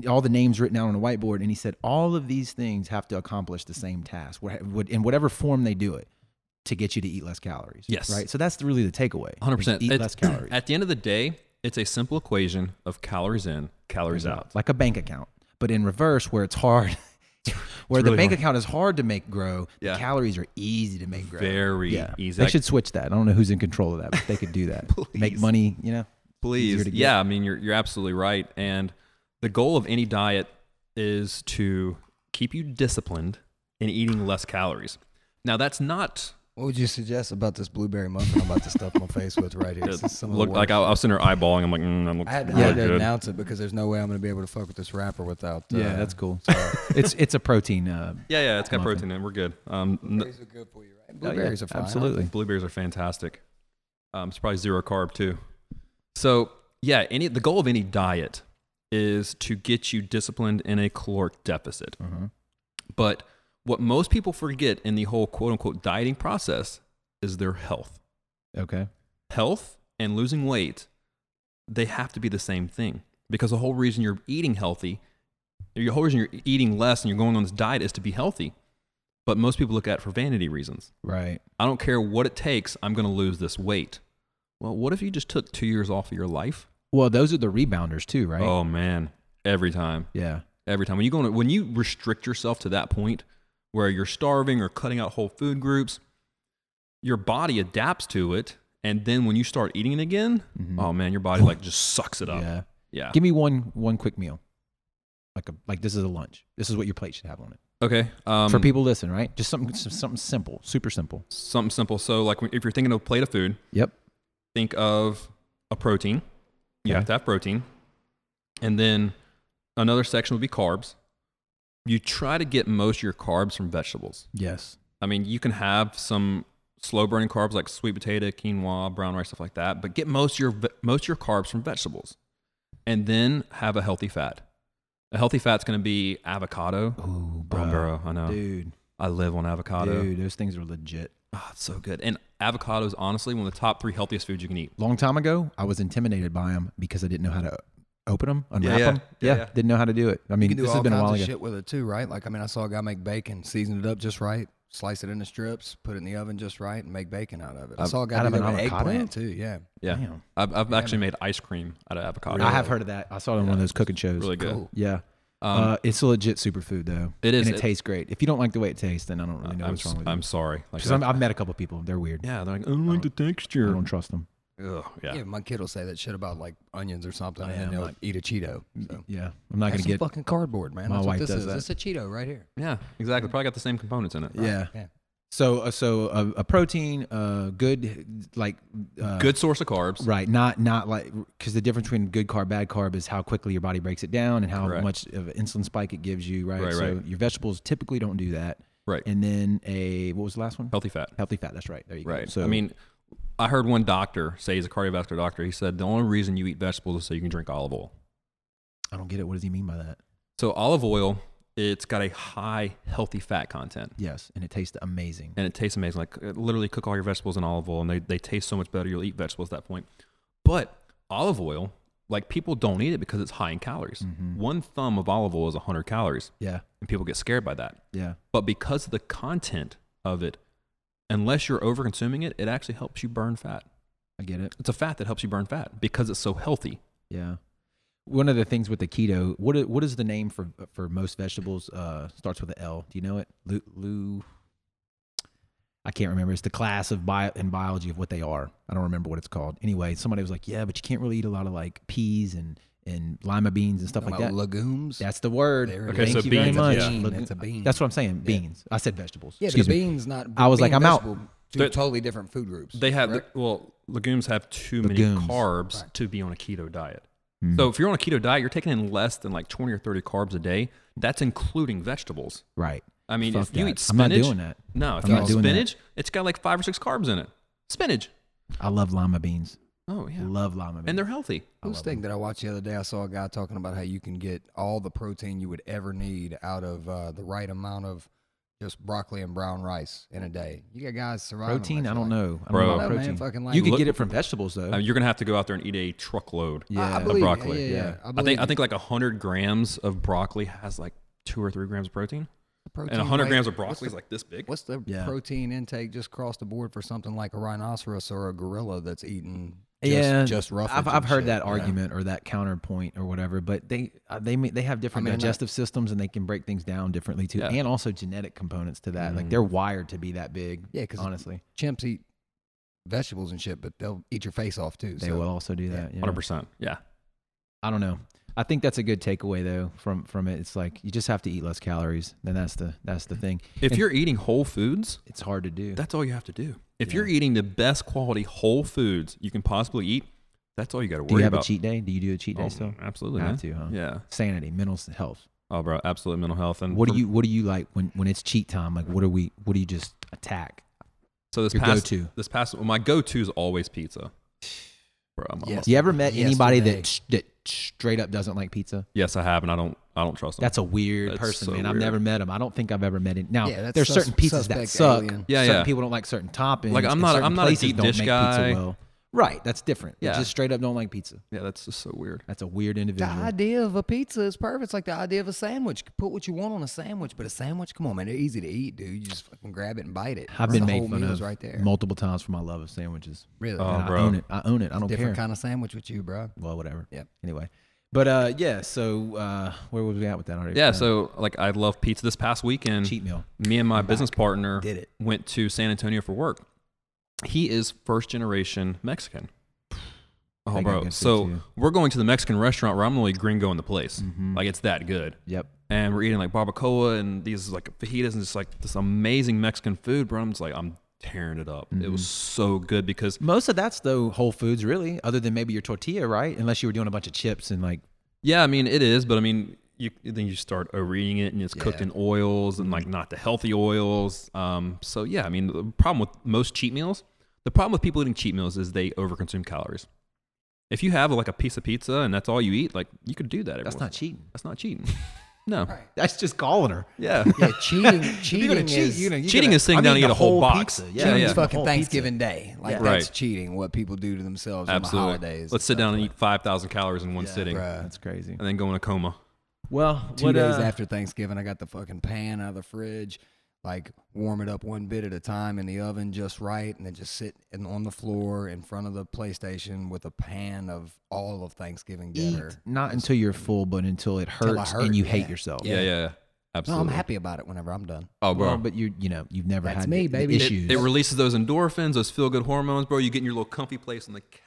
S2: all the names written down on a whiteboard and he said all of these things have to accomplish the same task wha- would- in whatever form they do it to get you to eat less calories
S1: Yes.
S2: right so that's really the takeaway
S1: Hundred percent.
S2: is eat less calories
S1: At the end of the day, it's a simple equation of calories in, calories out.
S2: like a bank account, but in reverse, where it's hard, where the
S1: really
S2: bank
S1: hard.
S2: account is hard to make grow,
S1: Yeah.
S2: the calories are easy to make grow.
S1: Very
S2: yeah,
S1: easy.
S2: they
S1: Like,
S2: should switch that. I don't know who's in control of that, but they could do that. make
S1: Please.
S2: money, you know. easier
S1: please.
S2: to get.
S1: Yeah, I mean you're you're absolutely right. And the goal of any diet is to keep you disciplined in eating less calories. Now that's not
S3: What would you suggest about this blueberry muffin I'm about to stuff my face with right here? This is some of the
S1: look like
S3: worst.
S1: I, I was sitting there eyeballing. I'm like, mm, that looks
S3: I had to, I
S1: really
S3: had to
S1: good.
S3: announce it because there's no way I'm going to be able to fuck with this rapper without. Uh,
S2: yeah, that's cool. it's it's a protein. Uh,
S1: yeah, yeah, it's got
S2: Muffin.
S1: protein in. it. We're good. Um, n-
S3: Blueberries are good for you, right? Blueberries are fine.
S2: Oh, uh, absolutely.
S1: Blueberries are fantastic. Um, it's probably zero carb too. So yeah, any the goal of any diet is to get you disciplined in a caloric deficit.
S2: Uh-huh.
S1: But what most people forget in the whole quote unquote dieting process is their health.
S2: Okay.
S1: Health and losing weight, they have to be the same thing because the whole reason you're eating healthy, the whole reason you're eating less and you're going on this diet is to be healthy. But most people look at it for vanity reasons.
S2: Right.
S1: I don't care what it takes, I'm going to lose this weight. Well, what if you just took two years off of your life?
S2: Well, those are the rebounders too, right?
S1: Oh man, every time,
S2: Yeah.
S1: every time when you go on, when you restrict yourself to that point where you're starving or cutting out whole food groups, your body adapts to it, and then when you start eating it again, oh man, your body like just sucks it up. Yeah,
S2: Mm-hmm. Yeah. Give me one one quick meal. Like a like this is a lunch. This is what your plate should have on it.
S1: okay. Um,
S2: For people listening, right? Just something something simple, super simple.
S1: something simple. So like if you're thinking of a plate of food,
S2: Yep.
S1: think of a protein. You
S2: Okay.
S1: have to have protein. And then another section would be carbs. You try to get most of your carbs from vegetables.
S2: Yes.
S1: I mean, you can have some slow burning carbs like sweet potato, quinoa, brown rice, stuff like that, but get most of your ve- most of your carbs from vegetables. and then have a healthy fat. A healthy fat's going to be avocado.
S2: Ooh,
S1: Bro,
S2: bro,
S1: I know.
S2: dude,
S1: I live on avocado.
S2: dude, those things are legit.
S1: Oh, it's so good. And avocado is honestly one of the top three healthiest foods you can eat.
S2: Long time ago, I was intimidated by them because I didn't know how to open them, unwrap
S1: yeah.
S2: them.
S1: Yeah,
S2: Yeah,
S1: yeah.
S2: didn't know how to do it. I
S3: You
S2: mean,
S3: can do
S2: this
S3: all
S2: has been a
S3: kinds
S2: while
S3: of
S2: ago.
S3: shit with it too, right? Like I mean, I saw a guy make bacon, season it up just right, slice it into strips, put it in the oven just right, and make bacon out of it. I
S2: Of-
S3: saw a guy
S2: out
S3: do
S2: of
S3: that
S2: an
S3: with
S2: avocado?
S3: eggplant too. Yeah,
S1: Yeah.
S2: Damn.
S1: I've, I've actually made ice cream out of avocado.
S2: I have heard of that. I saw it on one of those cooking shows.
S1: Really good.
S3: cool.
S2: Yeah.
S1: Um,
S2: uh, it's a legit superfood though.
S1: It is.
S2: And it,
S1: It-
S2: tastes great. If you don't like the way it tastes, then I don't really know
S1: I'm,
S2: what's wrong
S1: s-
S2: with
S1: I'm
S2: you.
S1: sorry. Like,
S2: Because
S1: I-
S2: I've met a couple people. They're weird.
S1: yeah, they're like, I don't like the
S2: I
S1: texture.
S2: don't trust them.
S1: Ugh, yeah.
S3: yeah. My kid will say that shit about like onions or something,
S2: I
S3: and then
S2: am,
S3: they'll
S2: like-
S3: eat a Cheeto. So.
S2: Yeah. I'm not going
S3: Have
S2: to
S3: some
S2: get.
S3: fucking cardboard, man.
S2: My
S3: That's
S2: wife
S3: what this
S2: does
S3: is.
S2: that.
S3: It's a Cheeto right here.
S1: Yeah, exactly. Probably got the same components in it.
S2: Yeah.
S3: Yeah.
S2: So, uh, so uh, a protein, uh, good, like uh,
S1: Good source of carbs.
S2: Right, not not like because the difference between good carb, bad carb is how quickly your body breaks it down and how
S1: Correct.
S2: much of an insulin spike it gives you. Right,
S1: Right,
S2: so
S1: right.
S2: your vegetables typically don't do that.
S1: Right.
S2: and then a what was the last one?
S1: Healthy fat.
S2: Healthy fat. That's right. There you go.
S1: Right.
S2: So
S1: I mean, I heard one doctor say he's a cardiovascular doctor. He said the only reason you eat vegetables is so you can drink olive oil.
S2: I don't get it. What does he mean by that?
S1: So olive oil, it's got a high healthy fat content.
S2: Yes, and it tastes amazing.
S1: and it tastes amazing. Like uh, literally cook all your vegetables in olive oil and they, they taste so much better. You'll eat vegetables at that point. But olive oil, like people don't eat it because it's high in calories.
S2: Mm-hmm.
S1: One thumb of olive oil is 100 calories
S2: Mm. Yeah,
S1: and people get scared by that.
S2: yeah.
S1: But because of the content of it, unless you're over consuming it, it actually helps you burn fat.
S2: I get it.
S1: It's a fat that helps you burn fat because it's so healthy.
S2: Yeah. One of the things with the keto, what i- what is the name for for most vegetables? Uh, starts with a L. Do you know it? Lu, lu I can't remember. It's the class of bio in biology of what they are. I don't remember what it's called. Anyway, somebody was like, "Yeah, but you can't really eat a lot of like peas and and lima beans and stuff
S3: Talking
S2: like
S3: about
S2: that."
S3: legumes.
S2: That's the word.
S3: There it
S1: Okay,
S2: Thank
S1: so
S2: you very
S1: beans,
S2: much.
S1: yeah.
S3: Bean,
S2: Look-
S3: it's a bean.
S2: That's what I'm saying. Beans. I said vegetables.
S3: yeah,
S2: Excuse
S3: but
S2: me.
S3: beans not.
S2: I was like,
S3: bean
S2: I'm out.
S3: vegetable, Two
S1: They're-
S3: totally different food groups.
S1: They have,
S3: correct?
S1: well, legumes have too
S2: Legumes. Mm-hmm.
S1: many carbs to be on a keto diet. So if you're on a keto diet, you're taking in less than like 20 or 30 carbs a day. That's including vegetables.
S2: Right.
S1: I mean,
S2: Fuck
S1: if you
S2: that.
S1: eat
S2: I'm not
S1: spinach,
S2: doing that.
S1: No, if
S2: I'm
S1: you
S2: not
S1: eat
S2: doing that.
S1: spinach, it's got like five or six carbs in it. Spinach.
S2: I love lima beans.
S1: Oh yeah,
S2: Love lima beans.
S1: and they're healthy.
S3: Who's thing that I watched the other day? I saw a guy talking about how you can get all the protein you would ever need out of uh, the right amount of just broccoli and brown rice in a day. You got guys surviving. on
S2: protein.
S3: that
S2: I
S3: shit
S2: don't
S3: like-
S2: know. I don't
S1: Bro.
S2: know
S1: I
S2: about
S1: don't
S3: know, man.
S2: protein.
S3: Fucking like-
S2: you could
S1: Look- Oh,
S2: get it from vegetables though.
S1: I mean, you're gonna have to go out there and eat a truckload.
S3: I- I,
S2: Yeah.
S3: believe,
S1: broccoli.
S3: Yeah, yeah,
S2: Yeah.
S3: I,
S1: I
S3: believe
S1: think I
S3: you.
S1: think like hundred grams of broccoli has like two or three grams of protein,
S3: protein
S1: and hundred
S3: weight-
S1: grams of
S3: what's
S1: broccoli is
S3: the-
S1: like this big.
S3: What's the
S2: Yeah.
S3: protein intake just across the board for something like a rhinoceros or a gorilla that's eating just, just rough?
S2: I've, I've heard that argument or that counterpoint or whatever, but they uh, they may- they have different
S3: I mean, and that-
S2: digestive systems and they can break things down differently too,
S1: Yeah.
S2: and also genetic components to that. Like they're wired to be that big.
S3: Yeah, 'cause-
S2: honestly,
S3: Chimps eat vegetables and shit, but they'll eat your face off too.
S2: they
S3: so.
S2: will also do that. yeah.
S1: Hundred percent. Yeah.
S2: I don't know. I think that's a good takeaway though from from it. It's like you just have to eat less calories. Then that's the that's the thing.
S1: If
S2: And
S1: you're eating whole foods,
S2: it's hard to do.
S1: that's all you have to do. If you're eating the best quality whole foods you can possibly eat, that's all you got to worry
S2: do you have
S1: about.
S2: a cheat day? Do you do a cheat day
S1: Oh,
S2: still?
S1: Absolutely.
S2: Have
S1: man.
S2: to, huh?
S1: Yeah.
S2: Sanity, mental s- health.
S1: Oh, bro. Absolute mental health. And
S2: What do
S1: for-
S2: you what do you like when when it's cheat time? Like what are we what do you just attack?
S1: So this
S2: Your
S1: past
S2: go-to.
S1: this past well, my go-to is always pizza. Bro, I'm
S3: Yes.
S1: yes.
S2: You ever met anybody
S3: Yesterday.
S2: that sh- that straight up doesn't like pizza?
S1: yes, I have, and I don't I don't trust them.
S2: That's a weird
S1: That's
S2: person,
S1: so
S2: man. I've
S1: weird.
S2: never met him. I don't think I've ever met him. Now
S3: Yeah, that's
S2: there's
S3: sus-
S2: certain pizzas that
S3: suspect
S2: suck.
S3: alien.
S1: Yeah,
S2: certain
S1: yeah.
S2: people don't like certain toppings.
S1: Like, I'm
S2: and
S1: not-
S2: certain
S1: I'm not a
S2: places
S1: deep
S2: don't
S1: dish
S2: make
S1: guy.
S2: Pizza well. Right, that's different. They
S1: Yeah.
S2: just straight up don't like pizza.
S1: yeah, that's just so weird.
S2: That's a weird
S3: The
S2: individual.
S3: idea of a pizza is perfect. It's like the idea of a sandwich. Put what you want on a sandwich, but a sandwich, come on, man, they're easy to eat, dude. You just fucking grab it and bite it.
S2: I've
S3: It's
S2: been
S3: the
S2: made
S3: whole
S2: fun
S3: meal's
S2: of
S3: right there.
S2: multiple times for my love of sandwiches.
S3: really,
S1: Oh,
S2: And I
S1: bro.
S2: own it. I own it. I don't care.
S3: different kind of sandwich with you, bro.
S2: well, whatever.
S3: Yep.
S2: Anyway, but uh, yeah. So uh, where was we at with that already?
S1: Yeah,
S2: Uh,
S1: so like I love pizza. This past
S3: Mm.
S1: weekend,
S2: cheat meal.
S1: me and my business partner
S2: Did it.
S1: went to San Antonio for work. He is first generation Mexican. Oh,
S2: think I
S1: bro.
S2: can see
S1: So
S2: too. Mm-hmm.
S1: we're going to the Mexican restaurant where I'm the only gringo in the place. Like it's that good.
S2: Yep.
S1: And we're eating like barbacoa and these like fajitas and just like this amazing Mexican food, bro. I'm just like, I'm tearing it up. It
S2: Mm-hmm.
S1: was so good because
S2: Most of that's though Whole Foods, really, other than maybe your tortilla, right? Unless you were doing a bunch of chips and like
S1: Yeah, I mean it is, but I mean you then you start overeating it and it's cooked
S3: Yeah. Mm-hmm.
S1: in oils and like not the healthy oils. Um, so yeah, I mean the problem with most cheat meals, the problem with people eating cheat meals is they overconsume calories. If you have like a piece of pizza and that's all you eat, like you could do that. Every
S2: That's
S1: once
S2: not cheating.
S1: That's not cheating. No.
S3: Right.
S2: That's just calling her.
S1: Yeah.
S3: Yeah, cheating.
S2: If
S3: cheating is
S2: you're you're
S1: Cheating is sitting
S2: I'm
S1: down and
S2: eating
S1: eat
S2: the
S1: a whole box.
S2: pizza.
S1: Yeah,
S3: cheating
S1: yeah.
S3: is
S1: Eating
S3: fucking
S2: Whole pizza.
S3: Thanksgiving Day. Like
S2: Yeah.
S3: that's
S1: Right.
S3: cheating. What people do to themselves on the
S1: Absolutely.
S3: holidays.
S1: Let's sit down and eat 5,000 calories in one sitting
S3: Bruh.
S2: That's crazy.
S1: and then go in a coma.
S2: Well,
S3: Two
S2: what,
S3: days
S2: uh,
S3: after Thanksgiving, I got the fucking pan out of the fridge, like warm it up one bit at a time in the oven just right, and then just sit in, on the floor in front of the PlayStation with a pan of all of Thanksgiving dinner.
S2: eat not until you're full, but until it
S3: Till I
S2: hurts
S3: hurt,
S2: and you
S3: yeah.
S2: hate yourself.
S1: Yeah,
S3: Yeah.
S1: yeah, yeah.
S3: No,
S1: Absolutely.
S3: I'm happy about it whenever I'm done.
S1: Oh, bro.
S2: Well, but you you know you've never
S3: That's
S2: had
S3: me,
S2: the- the
S3: baby. It-
S2: issues.
S1: It releases those endorphins, those feel good hormones, bro. You get in your little comfy place on the couch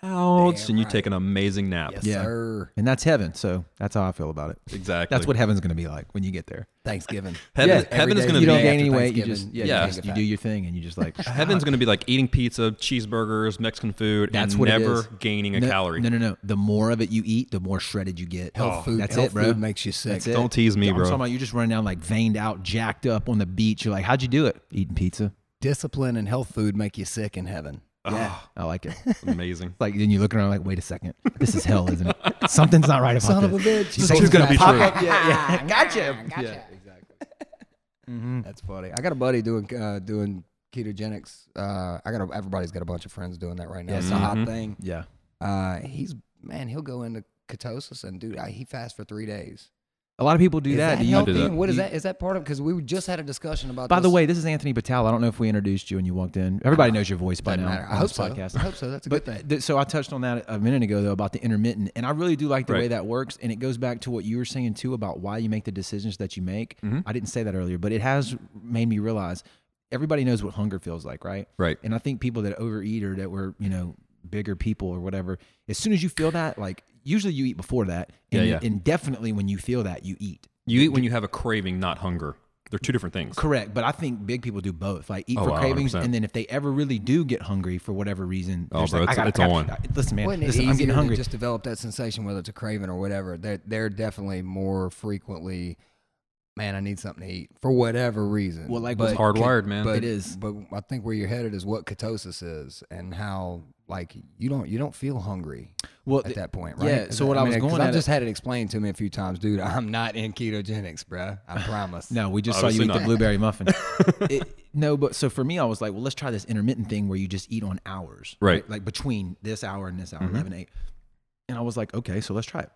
S3: Damn
S1: and you
S3: right.
S1: take an amazing nap.
S3: Yes,
S2: Yeah.
S3: sir.
S2: and that's heaven. So that's how I feel about it.
S1: Exactly.
S2: That's what heaven's going to be like when you get there.
S3: Thanksgiving.
S1: heaven,
S2: Yeah,
S1: heaven
S3: every
S1: is
S3: day
S1: going
S2: you
S1: to
S2: don't
S1: be.
S3: after
S2: gain any weight. You
S3: Thanksgiving,
S2: just
S3: you
S2: yeah,
S1: can't
S2: you, just-
S3: get
S2: you
S3: fat.
S2: do your thing and you just like
S1: Heaven's going to be like eating pizza, cheeseburgers, Mexican food,
S2: That's
S1: and
S2: what it
S1: never
S2: is.
S1: gaining a
S2: no,
S1: calorie. Oh,
S2: No, no, no. The more of it you eat, the more shredded you get.
S3: Health food.
S2: That's
S3: health
S2: it, bro.
S3: food makes you sick.
S2: That's it.
S1: Don't tease me,
S2: I'm
S1: bro.
S2: talking about you just running down like veined out, jacked up on the beach. You're like, how'd you do it? Eating pizza.
S3: Discipline and health food make you sick in heaven.
S2: Ah,
S3: Yeah.
S2: I like it.
S1: Amazing.
S2: Like then you look around like, wait a second, this is hell, isn't it? Something's not right about
S3: Son of a
S2: this.
S3: bitch.
S2: Something's gonna be
S3: Pop
S2: true.
S3: up. Yeah, yeah.
S2: gotcha.
S1: Yeah. Mm-hmm.
S3: That's funny. I got a buddy doing uh, doing ketogenics. Uh, I got a, everybody's got a bunch of friends doing that right now.
S2: Yeah,
S3: it's
S2: so-
S3: a hot
S1: Mhm.
S3: thing.
S2: Yeah.
S3: Uh, he's man, he'll go into ketosis and dude, I, he fasts for three days.
S2: A lot of people do
S3: Is
S2: that.
S3: that
S2: Do you-
S1: healthy?
S3: healthy? And What is
S2: you-
S3: that? Is that part of? Because we just had a discussion about.
S2: By the
S3: this.
S2: way, this is Anthony Patel. I don't know if we introduced you when you walked in. Everybody knows your voice by
S3: Ah, doesn't
S2: now
S3: matter.
S2: on
S3: I hope
S2: this
S3: so.
S2: podcast.
S3: I hope so. That's a
S2: But
S3: good thing.
S2: th- so I touched on that a minute ago though about the intermittent, and I really do like the way
S1: Right.
S2: that works, and it goes back to what you were saying too about why you make the decisions that you make.
S1: Mm-hmm.
S2: I didn't say that earlier, but it has made me realize everybody knows what hunger feels like, right?
S1: Right.
S2: And I think people that overeat or that were you know bigger people or whatever, as soon as you feel that, like usually you eat before that, and,
S1: Yeah, yeah.
S2: and definitely when you feel that, you eat.
S1: You eat when you have a craving, not hunger. They're two different things.
S2: Correct, but I think big people do both. Like eat
S1: Oh,
S2: for
S1: wow,
S2: cravings,
S1: 100%.
S2: and then if they ever really do get hungry for whatever reason,
S1: Oh,
S2: they're just
S1: bro,
S2: like,
S1: it's-
S2: I gotta-
S1: it's
S2: I gotta-
S1: on.
S2: I- listen, man,
S3: Wasn't it
S2: listen, I'm
S3: easier
S2: getting
S3: to
S2: hungry.
S3: just develop that sensation, whether it's a craving or whatever? They're, they're definitely more frequently, man, I need something to eat for whatever reason.
S2: Well, like
S3: But-
S2: what's
S1: Hardwired, man.
S3: But
S2: It is.
S3: But I think where you're headed is what ketosis is and how like you don't you don't feel hungry
S2: well,
S3: at
S2: th-
S3: that point, right?
S2: yeah,
S3: Is
S2: so
S3: that-
S2: what I was
S3: 'cause
S2: going
S3: I've
S2: at
S3: just had it explained to me a few times, dude. I'm not in ketogenics, bruh. I promise.
S2: No, we just saw you
S1: Obviously
S2: eat the
S1: not.
S2: blueberry muffin. It- no, but so for me, I was like, well, let's try this intermittent thing where you just eat on hours,
S1: Right. Mm-hmm.
S2: Like between this hour and this hour, eleven eight. And I was like, okay, so let's try it.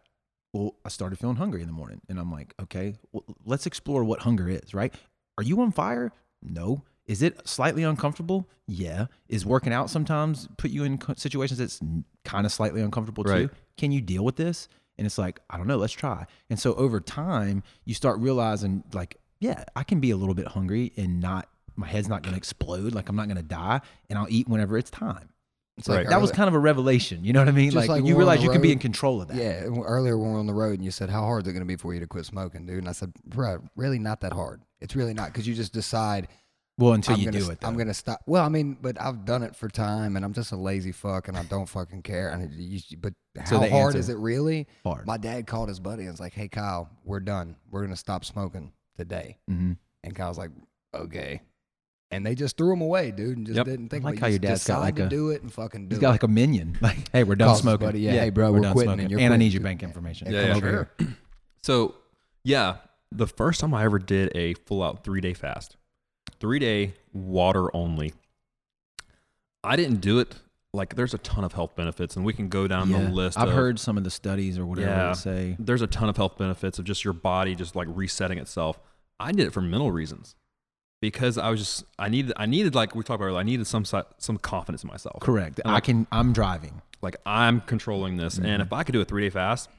S2: Well, I started feeling hungry in the morning, and I'm like, okay, well, let's explore what hunger is, right? Are you on fire? No. Is it slightly uncomfortable? Yeah. Is working out sometimes put you in co- situations that's kind of slightly uncomfortable too?
S1: Right.
S2: Can you deal with this? And it's like, I don't know, let's try. And so over time, you start realizing, like, yeah, I can be a little bit hungry and not, my head's not going to explode. Like, I'm not going to die, and I'll eat whenever it's time.
S3: It's like
S1: Right.
S2: That was
S3: earlier-
S2: kind of a revelation. You know what I mean?
S3: Just
S2: Like,
S3: like
S2: you
S3: we're on
S2: realize
S3: the
S2: you can be
S3: road.
S2: in control of that.
S3: Yeah, and earlier when we were on the road and you said, How hard is it going to be for you to quit smoking, dude? And I said, Bruh, really not that hard. It's really not because you just decide
S2: Well, until
S3: I'm
S2: you
S3: gonna,
S2: do
S3: st-
S2: it, though.
S3: I'm gonna stop. Well, I mean, but I've done it for time, and I'm just a lazy fuck, and I don't fucking care. And it- you, but
S2: So
S3: how
S2: the
S3: hard
S2: answer-
S3: is it really?
S2: Hard.
S3: My dad called his buddy and was like, "Hey, Kyle, we're done. We're gonna stop smoking today."
S2: Mhm.
S3: And Kyle's like, "Okay." And they just threw him away, dude, and just
S1: Yep.
S3: didn't think.
S2: I like
S3: about it.
S2: how
S3: You
S2: your
S3: just
S2: dad's got
S3: decide
S2: like
S3: to
S2: a-
S3: do it and fucking do
S2: He's got
S3: it.
S2: like a minion. Like, hey, we're done
S3: Calls his
S2: smoking.
S3: buddy, yeah, hey, bro, we're
S2: done
S3: quitting and
S2: smoking.
S3: you're
S2: I
S3: quitting.
S2: need your bank information.
S3: Yeah,
S2: Come
S1: yeah,
S2: over
S1: sure.
S2: here.
S1: So, yeah, the first time I ever did a full out three day fast, three day water only. I didn't do it. Like, there's a ton of health benefits, and we can go down
S2: Yeah.
S1: the list.
S2: I've
S1: of-
S2: heard some of the studies or whatever
S1: Yeah.
S2: that say.
S1: there's a ton of health benefits of just your body just like resetting itself. I did it for mental reasons because I was just I needed I needed like we talked about earlier I needed some si- some confidence in myself.
S2: Correct. I can. I'm driving.
S1: Like I'm controlling this, and if I could do a three day fast,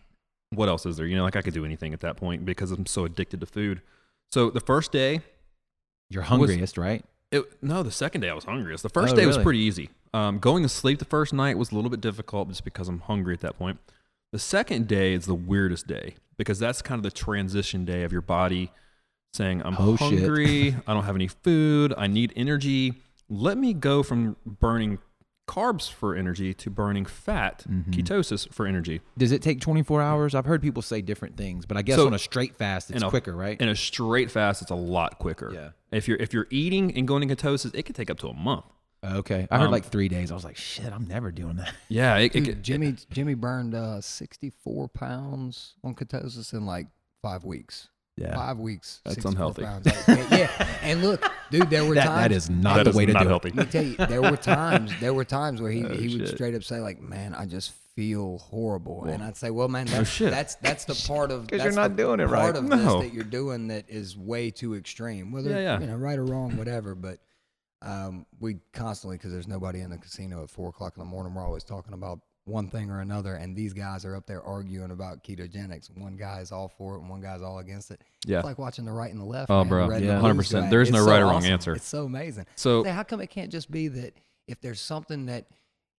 S1: what else is there? You know, like I could do anything at that point because I'm so addicted to food. So the first day,
S2: You're hungriest, right?
S1: it, no, the second day I was hungriest. The first
S2: Oh,
S1: day was
S2: really?
S1: pretty easy. Um, going to sleep the first night was a little bit difficult just because I'm hungry at that point. The second day is the weirdest day because that's kind of the transition day of your body saying, I'm
S2: Oh, shit.
S1: hungry, I don't have any food, I need energy. Let me go from burning carbs for energy to burning fat,
S2: Mm-hmm.
S1: ketosis for energy.
S2: Does it take 24 hours? I've heard people say different things, but I guess
S1: So-
S2: on a straight fast, it's
S1: In a-
S2: quicker, right?
S1: In a straight fast, it's a lot quicker.
S2: Yeah.
S1: If you're if you're eating and going into ketosis, it could take up to a month.
S2: Okay. I heard
S1: Um,
S2: like three days. I was like, shit, I'm never doing that.
S1: Yeah, it, it,
S3: Dude,
S1: it,
S3: Jimmy Jimmy burned uh, 64 pounds on ketosis in like five weeks.
S2: Yeah.
S3: Five weeks.
S1: That's
S3: 64
S1: unhealthy.
S3: pounds. Like, yeah, yeah. And look, dude, there were
S2: That,
S3: times.
S2: that is not
S1: that
S2: the
S1: is
S2: way to
S1: not
S2: do
S1: healthy.
S3: Let me tell you, there were times. There were times where he,
S1: Oh,
S3: he would
S1: shit.
S3: straight up say like, "Man, I just feel horrible," and
S1: Well,
S3: I'd say, "Well, man, that's
S1: shit.
S3: that's that's the part of
S2: 'Cause
S3: that's
S2: you're not
S3: the
S2: doing it right.
S3: part of
S1: No.
S3: this that you're doing that is way too extreme. Whether
S1: Yeah, yeah.
S3: you know right or wrong, whatever, but." Um, we constantly because there's nobody in the casino at four o'clock in the morning. We're always talking about one thing or another, and these guys are up there arguing about ketogenics. One guy's all for it, and one guy's all against it.
S1: Yeah.
S3: it's like watching the right and the left.
S1: Oh,
S3: man,
S1: bro.
S3: the red and
S2: Yeah.
S3: the blues
S1: 100%.
S3: guy.
S1: There is
S3: It's
S1: no
S3: so
S1: right or wrong
S3: awesome.
S1: answer.
S3: It's so amazing.
S1: So
S3: Say, how come it can't just be that if there's something that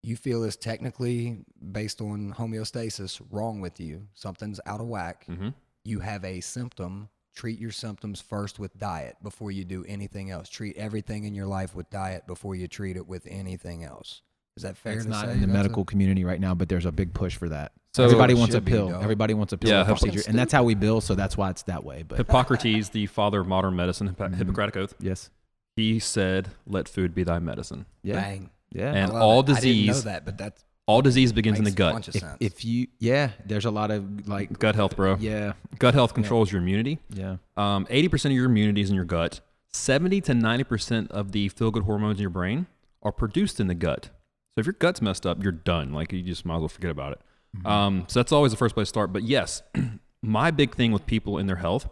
S3: you feel is technically based on homeostasis wrong with you, something's out of whack,
S2: Mm-hmm.
S1: Mhm.
S3: you have a symptom, treat your symptoms first with diet before you do anything else. Treat everything in your life with diet before you treat it with anything else. Is that fair
S2: It's
S3: to
S2: not
S3: say?
S2: in the
S3: That's a-
S2: medical community right now, but there's a big push for that.
S1: So-
S2: everybody wants a
S3: Should be,
S2: pill.
S3: dog.
S2: everybody wants a pill
S1: Yeah,
S2: for
S1: Hippocrates.
S2: procedure, and that's how we bill. So that's why it's that way. But
S1: Hippocrates, the father of modern medicine, Hippo-
S2: Mhm.
S1: Hippocratic Oath,
S2: yes,
S1: he said, "Let food be thy medicine."
S2: yeah,
S3: Bang.
S2: yeah.
S1: And
S3: I love
S1: all
S3: it. I didn't know
S1: disease,
S3: that, but that
S1: all disease begins in the
S3: makes a
S1: gut.
S3: bunch of
S2: if,
S3: sense.
S2: if you, yeah, there's a lot of like,
S1: Gut health, bro.
S2: yeah,
S1: Gut health controls your immunity.
S2: yeah.
S1: Um, 80% of your immunity is in your gut. 70 to 90% of the feel good hormones in your brain are produced in the gut. So if your gut's messed up, you're done. Like you just might as well forget about it. Um, so that's always the first place to start. But yes, my big thing with people in their health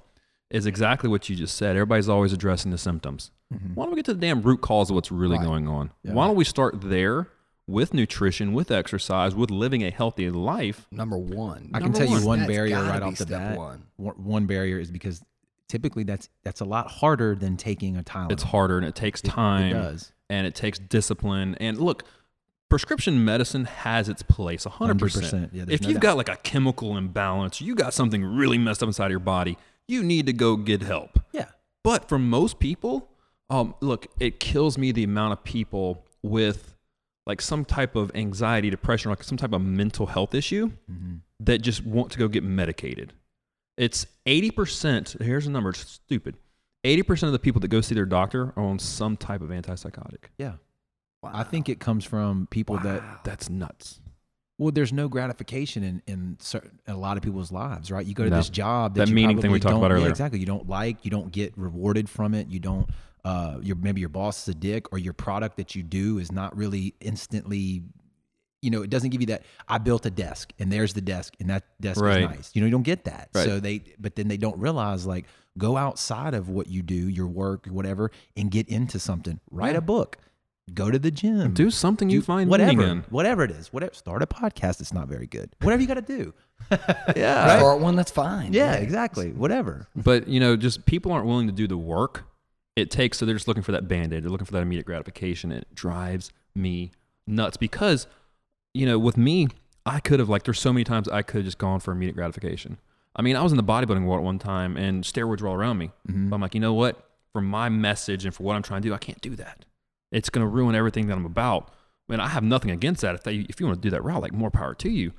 S1: is exactly what you just said. Everybody's always addressing the symptoms. Why don't we get to the damn root cause of what's really going on? Why don't we start there with nutrition, with exercise, with living a healthy life?
S3: number one.
S2: I can
S1: Number
S2: tell
S1: one.
S2: you one
S3: That's
S2: barrier
S3: gotta
S2: right
S3: be
S2: off the
S3: step
S2: bat.
S3: one.
S2: One- one barrier is because typically that's that's a lot harder than taking a Tylenol.
S1: It's harder and it takes time.
S2: It does.
S1: and it takes discipline. And look, prescription medicine has its place 100%.
S2: 100%. Yeah, there's
S1: if
S2: no
S1: you've
S2: doubt.
S1: got like a chemical imbalance, you got something really messed up inside of your body, you need to go get help.
S2: Yeah.
S1: But for most people, um, look, it kills me the amount of people with like some type of anxiety, depression, or like some type of mental health issue
S2: Mm-hmm.
S1: that just want to go get medicated. It's 80%, here's a number, it's stupid. 80% of the people that go see their doctor are on some type of antipsychotic.
S2: Yeah. I think it comes from people that
S1: That's nuts.
S2: well, there's no gratification in in, certain, in a lot of people's lives, right? You go to
S1: No.
S2: this job
S1: That
S2: you
S1: meaning thing we
S2: probably
S1: talked
S2: don't-
S1: about
S2: yeah,
S1: earlier.
S2: exactly. You don't like, you don't get rewarded from it. You don't. Uh, your maybe your boss is a dick, or your product that you do is not really instantly. You know, it doesn't give you that. I built a desk, and there's the desk, and that desk
S1: Right.
S2: is nice. You know, you don't get that.
S1: Right.
S2: So they, but then they don't realize like go outside of what you do, your work, whatever, and get into something. Write a book. Go to the gym.
S1: Do something you
S2: Do
S1: find
S2: whatever,
S1: meaning in.
S2: whatever it is, whatever. Start a podcast. It's not very good. Whatever you got to do.
S1: Yeah.
S3: Start one that's fine.
S2: Yeah, exactly. Whatever.
S1: But you know, just people aren't willing to do the work it takes. So they're just looking for that band aid. They're looking for that immediate gratification. It drives me nuts because you know, with me, I could have like there's so many times I could have just gone for immediate gratification. I mean, I was in the bodybuilding world at one time, and steroids were all around me. But I'm like, you know what? For my message and for what I'm trying to do, I can't do that. It's going to ruin everything that I'm about. And I have nothing against that. If, they, if you want to do that route, like more power to you.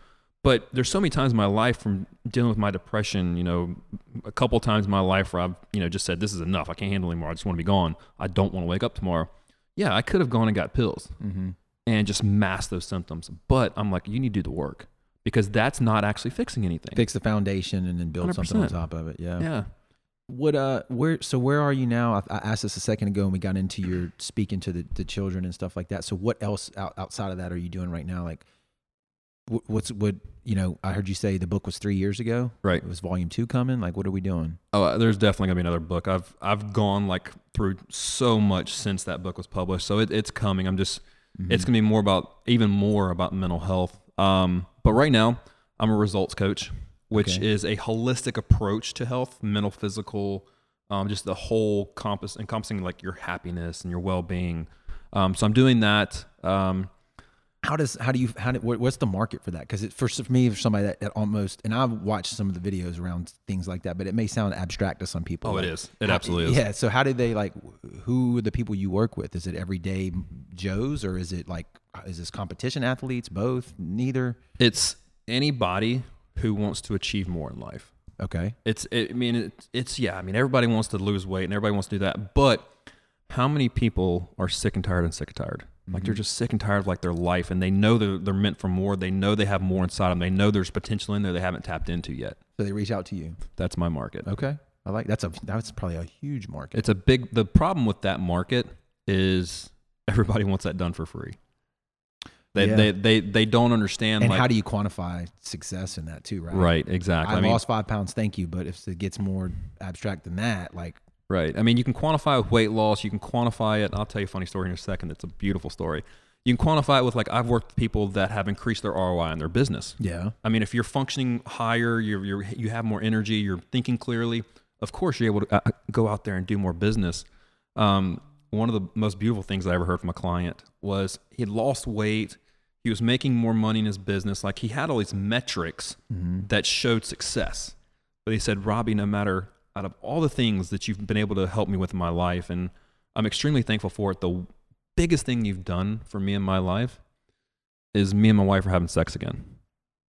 S1: But there's so many times in my life from dealing with my depression, you know, a couple times in my life where I've, you know, just said, this is enough. I can't handle anymore. I just want to be gone. I don't want to wake up tomorrow. Yeah, I could have gone and got pills and just mask those symptoms. But I'm like, you need to do the work because that's not actually fixing anything.
S2: Fix the foundation and then build something on
S1: 100%.
S2: top of it. Yeah.
S1: Yeah.
S2: What uh, where? So where are you now? I, I asked this a second ago, and we got into your speaking to the, the children and stuff like that. So what else out, outside of that are you doing right now? Like, wh- what's what? You know, I heard you say the book was three years ago.
S1: Right.
S2: It was volume two coming. Like, what are we doing?
S1: Oh, uh, there's definitely gonna be another book. I've I've gone like through so much since that book was published, so it, it's coming. I'm just
S2: Mm-hmm.
S1: it's gonna be more about even more about mental health. Um, but right now I'm a results coach, which
S2: Okay.
S1: is a holistic approach to health, mental, physical, um, just the whole compass encompassing like your happiness and your well being. Um, so I'm doing that. Um,
S2: how does how do you how do, what, what's the market for that because for, for me for somebody that, that almost and i've watched some of the videos around things like that but it may sound abstract to some people
S1: Oh, it
S2: Like,
S1: is. It
S2: how-
S1: absolutely is.
S2: yeah so how do they like who are the people you work with is it everyday joes or is it like uh, is this competition athletes both neither
S1: It's anybody who wants to achieve more in life.
S2: okay
S1: It's, it, I mean, it, it's, yeah, I mean, everybody wants to lose weight and everybody wants to do that. But how many people are sick and tired and sick and tired? Like
S2: Mm-hmm.
S1: they're just sick and tired of like their life, and they know they're, they're meant for more. They know they have more inside them. They know there's potential in there they haven't tapped into yet.
S2: So they reach out to you.
S1: That's my market.
S2: Okay. I like that's a that's probably a huge market.
S1: It's a big. The problem with that market is everybody wants that done for free. They
S2: Yeah.
S1: they, they they don't understand
S2: And
S1: like
S2: how do you quantify success in that too, right?
S1: right exactly.
S2: I,
S1: mean,
S2: lost five pounds, thank you. But if it gets more abstract than that, like
S1: Right. I mean, you can quantify weight loss. You can quantify it. I'll tell you a funny story in a second. It's a beautiful story. You can quantify it with like I've worked with people that have increased their ROI in their business.
S2: yeah,
S1: I mean, if you're functioning higher, you're, you're you have more energy, you're thinking clearly. Of course, you're able to uh, go out there and do more business. Um, one of the most beautiful things I ever heard from a client was he had lost weight. He was making more money in his business. Like he had all these metrics that showed success. But he said, Robbie, no matter out of all the things that you've been able to help me with in my life, and I'm extremely thankful for it, the biggest thing you've done for me in my life is me and my wife are having sex again.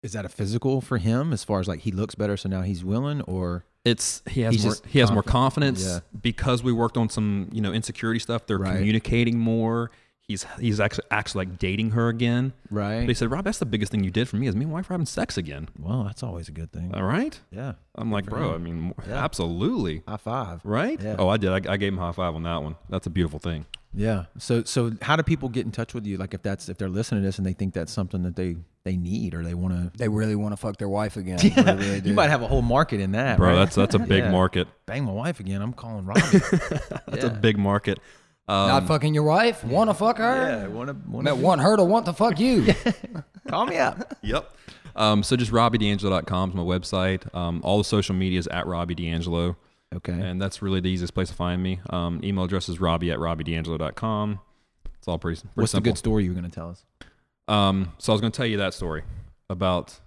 S2: is that a physical for him as far as like he looks better, so now he's willing, or
S1: it's he has
S2: He's
S1: more,
S2: just
S1: he has more
S2: confident.
S1: confidence because we worked on some you know insecurity stuff. They're
S2: Right.
S1: communicating more. He's he's actually actually like dating her again. But he
S2: right?
S1: said, Rob, that's the biggest thing you did for me is me and wife are having sex again.
S2: Well, that's always a good thing.
S1: All right,
S2: Yeah,
S1: I'm like,
S2: for
S1: bro.
S2: him.
S1: I mean,
S2: Yeah.
S1: absolutely,
S2: high five.
S1: right?
S2: Yeah.
S1: Oh, I did. I, I gave him a high five on that one. That's a beautiful thing.
S2: Yeah. So so how do people get in touch with you? Like if that's if they're listening to this and they think that's something that they they need or they want to.
S3: They really want to fuck their wife again. They really do.
S2: You might have a whole market in that,
S1: Bro,
S2: right?
S1: that's that's a big
S2: Yeah.
S1: market.
S2: Bang my wife again. I'm calling Robbie.
S1: That's a big market. Um,
S3: Not fucking your wife. Want to fuck her?
S2: yeah. Want to want
S3: That want her to want to fuck you.
S2: call me up?
S1: yep. Um, so just robbiedangelo.com is my website. Um, all the social media is at Robbie D'Angelo.
S2: Okay.
S1: and that's really the easiest place to find me. Um, email address is robbie at robbiedangelo.com. It's all pretty, pretty
S2: What's
S1: simple.
S2: the good story you were going to tell us?
S1: um, so I was going to tell you that story about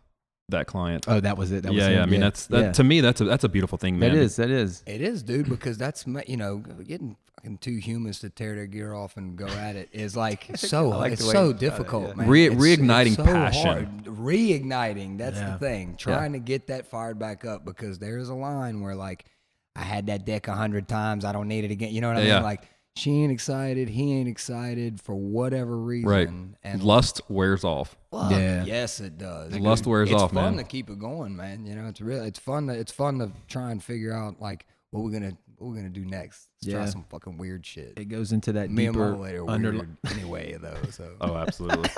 S1: that client.
S2: Oh, that was it. That
S1: yeah,
S2: was
S1: yeah.
S2: him.
S1: I mean, that's that,
S2: yeah.
S1: to me. That's a that's a beautiful thing, man.
S2: That is. That is.
S3: It is, dude, because that's ma- you know getting fucking two humans to tear their gear off and go at it is like so
S2: like
S3: it's
S2: the way
S3: so
S2: you said it,
S3: difficult,
S2: yeah.
S3: man.
S1: Re-
S3: It's-
S1: reigniting
S3: it's so
S1: passion.
S3: hard. Reigniting, that's
S2: Yeah.
S3: the thing. Trying to get that fired back up because there is a line where like I had that dick a hundred times, I don't need it again. You know what I
S1: Yeah.
S3: mean? Like she ain't excited, he ain't excited for whatever reason.
S1: right.
S3: And
S1: Lust wears off.
S3: fuck,
S2: Yeah.
S3: yes, it does.
S1: Lust wears
S3: it's
S1: off,
S3: fun
S1: man.
S3: to keep it going, man. You know, it's really it's fun to it's fun to try and figure out like what we're gonna what we're gonna do next. Let's
S2: Yeah.
S3: try some fucking weird shit.
S2: It goes into that
S3: Me and my
S2: deeper
S3: lady are
S2: under.
S3: weird anyway though. So
S1: Oh, absolutely.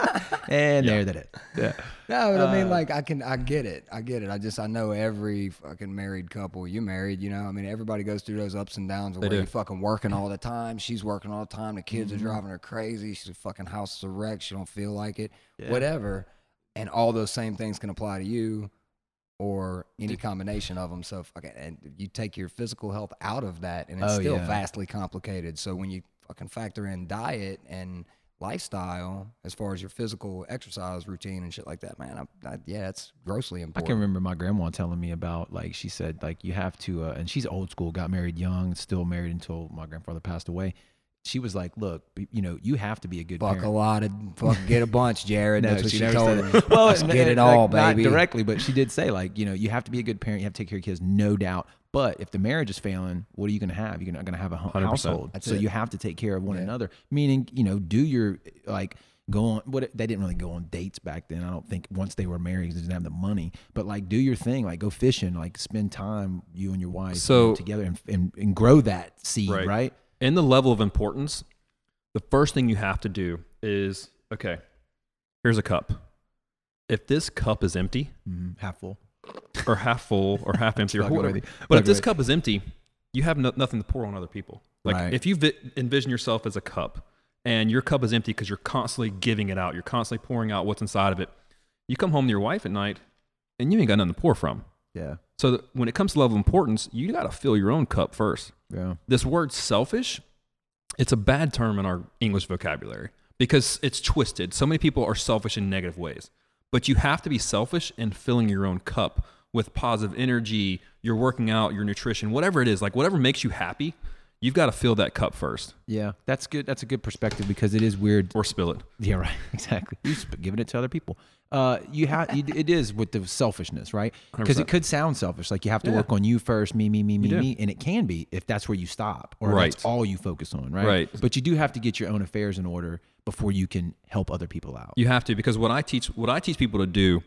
S2: And there that it. Yeah.
S3: no, but I
S1: Uh.
S3: mean like I can I get it. I get it. I just I know every fucking married couple, you married, you know, I mean everybody goes through those ups and downs of where
S1: do. Mm-hmm.
S3: you're fucking working all the time. She's working all the time, the kids are driving her crazy, she's fucking house is a wreck, she don't feel like it. Whatever. And all those same things can apply to you or any combination of them. So fucking, and you take your physical health out of that, and it's
S2: Oh,
S3: still
S2: yeah.
S3: vastly complicated. So when you fucking factor in diet and lifestyle, as far as your physical exercise routine and shit like that, man, I, I, yeah, it's grossly
S2: I can
S3: important.
S2: remember my grandma telling me about like she said like you have to uh, and she's old school got married young still married until my grandfather passed away. She was like, look, b- you know, you have to be a good
S3: Fuck a
S2: parent.
S3: lot of fuck, get a bunch, Jared.
S2: No,
S3: That's what she,
S2: never
S3: told
S2: said
S3: me.
S2: that. Well,
S3: Let's
S2: n-
S3: get
S2: n-
S3: it all,
S2: like, not
S3: baby.
S2: directly, but she did say like, you know, you have to be a good parent. You have to take care of your kids, no doubt. But if the marriage is failing, what are you going to have? You're not going to have a hu-
S1: 100%.
S2: household.
S3: That's
S2: so
S3: it.
S2: you have to take care of one another. Meaning, you know, do your like go on what they didn't really go on dates back then. I don't think once they were married, 'cause they didn't have the money. But like, do your thing. Like, go fishing. Like, spend time you and your wife you
S1: So-
S2: know, together and, and and grow that seed.
S1: Right.
S2: Right.
S1: in the level of importance, the first thing you have to do is okay. Here's a cup. If this cup is empty,
S3: Mm-hmm.
S2: Mhm. Half full.
S1: or half full or half empty or
S2: Fucking
S1: whatever.
S2: with you.
S1: But
S2: Fucking
S1: if this
S2: with
S1: cup is empty, you have no, nothing to pour on other people. Like
S2: Right.
S1: if you vi- envision yourself as a cup and your cup is empty because you're constantly giving it out, you're constantly pouring out what's inside of it. You come home to your wife at night and you ain't got nothing to pour from.
S2: Yeah.
S1: So that when it comes to level of importance, you got to fill your own cup first.
S2: Yeah.
S1: This word selfish, it's a bad term in our English vocabulary because it's twisted. So many people are selfish in negative ways. But you have to be selfish in filling your own cup with positive energy, your working out, your nutrition, whatever it is, like whatever makes you happy, You've got to fill that cup first
S2: Yeah, that's good. That's a good perspective because it is weird.
S1: or spill it.
S2: Yeah, right. Exactly. You're sp- giving it to other people. Uh, you have it is with the selfishness, right? Because it
S1: 100%.
S2: could sound selfish. Like you have to
S1: Yeah.
S2: work on you first, me, me, me, me,
S1: do.
S2: me, and it can be if that's where you stop or if that's
S1: Right.
S2: all you focus on, right?
S1: Right.
S2: But you do have to get your own affairs in order before you can help other people out.
S1: You have to because what I teach what I teach people to do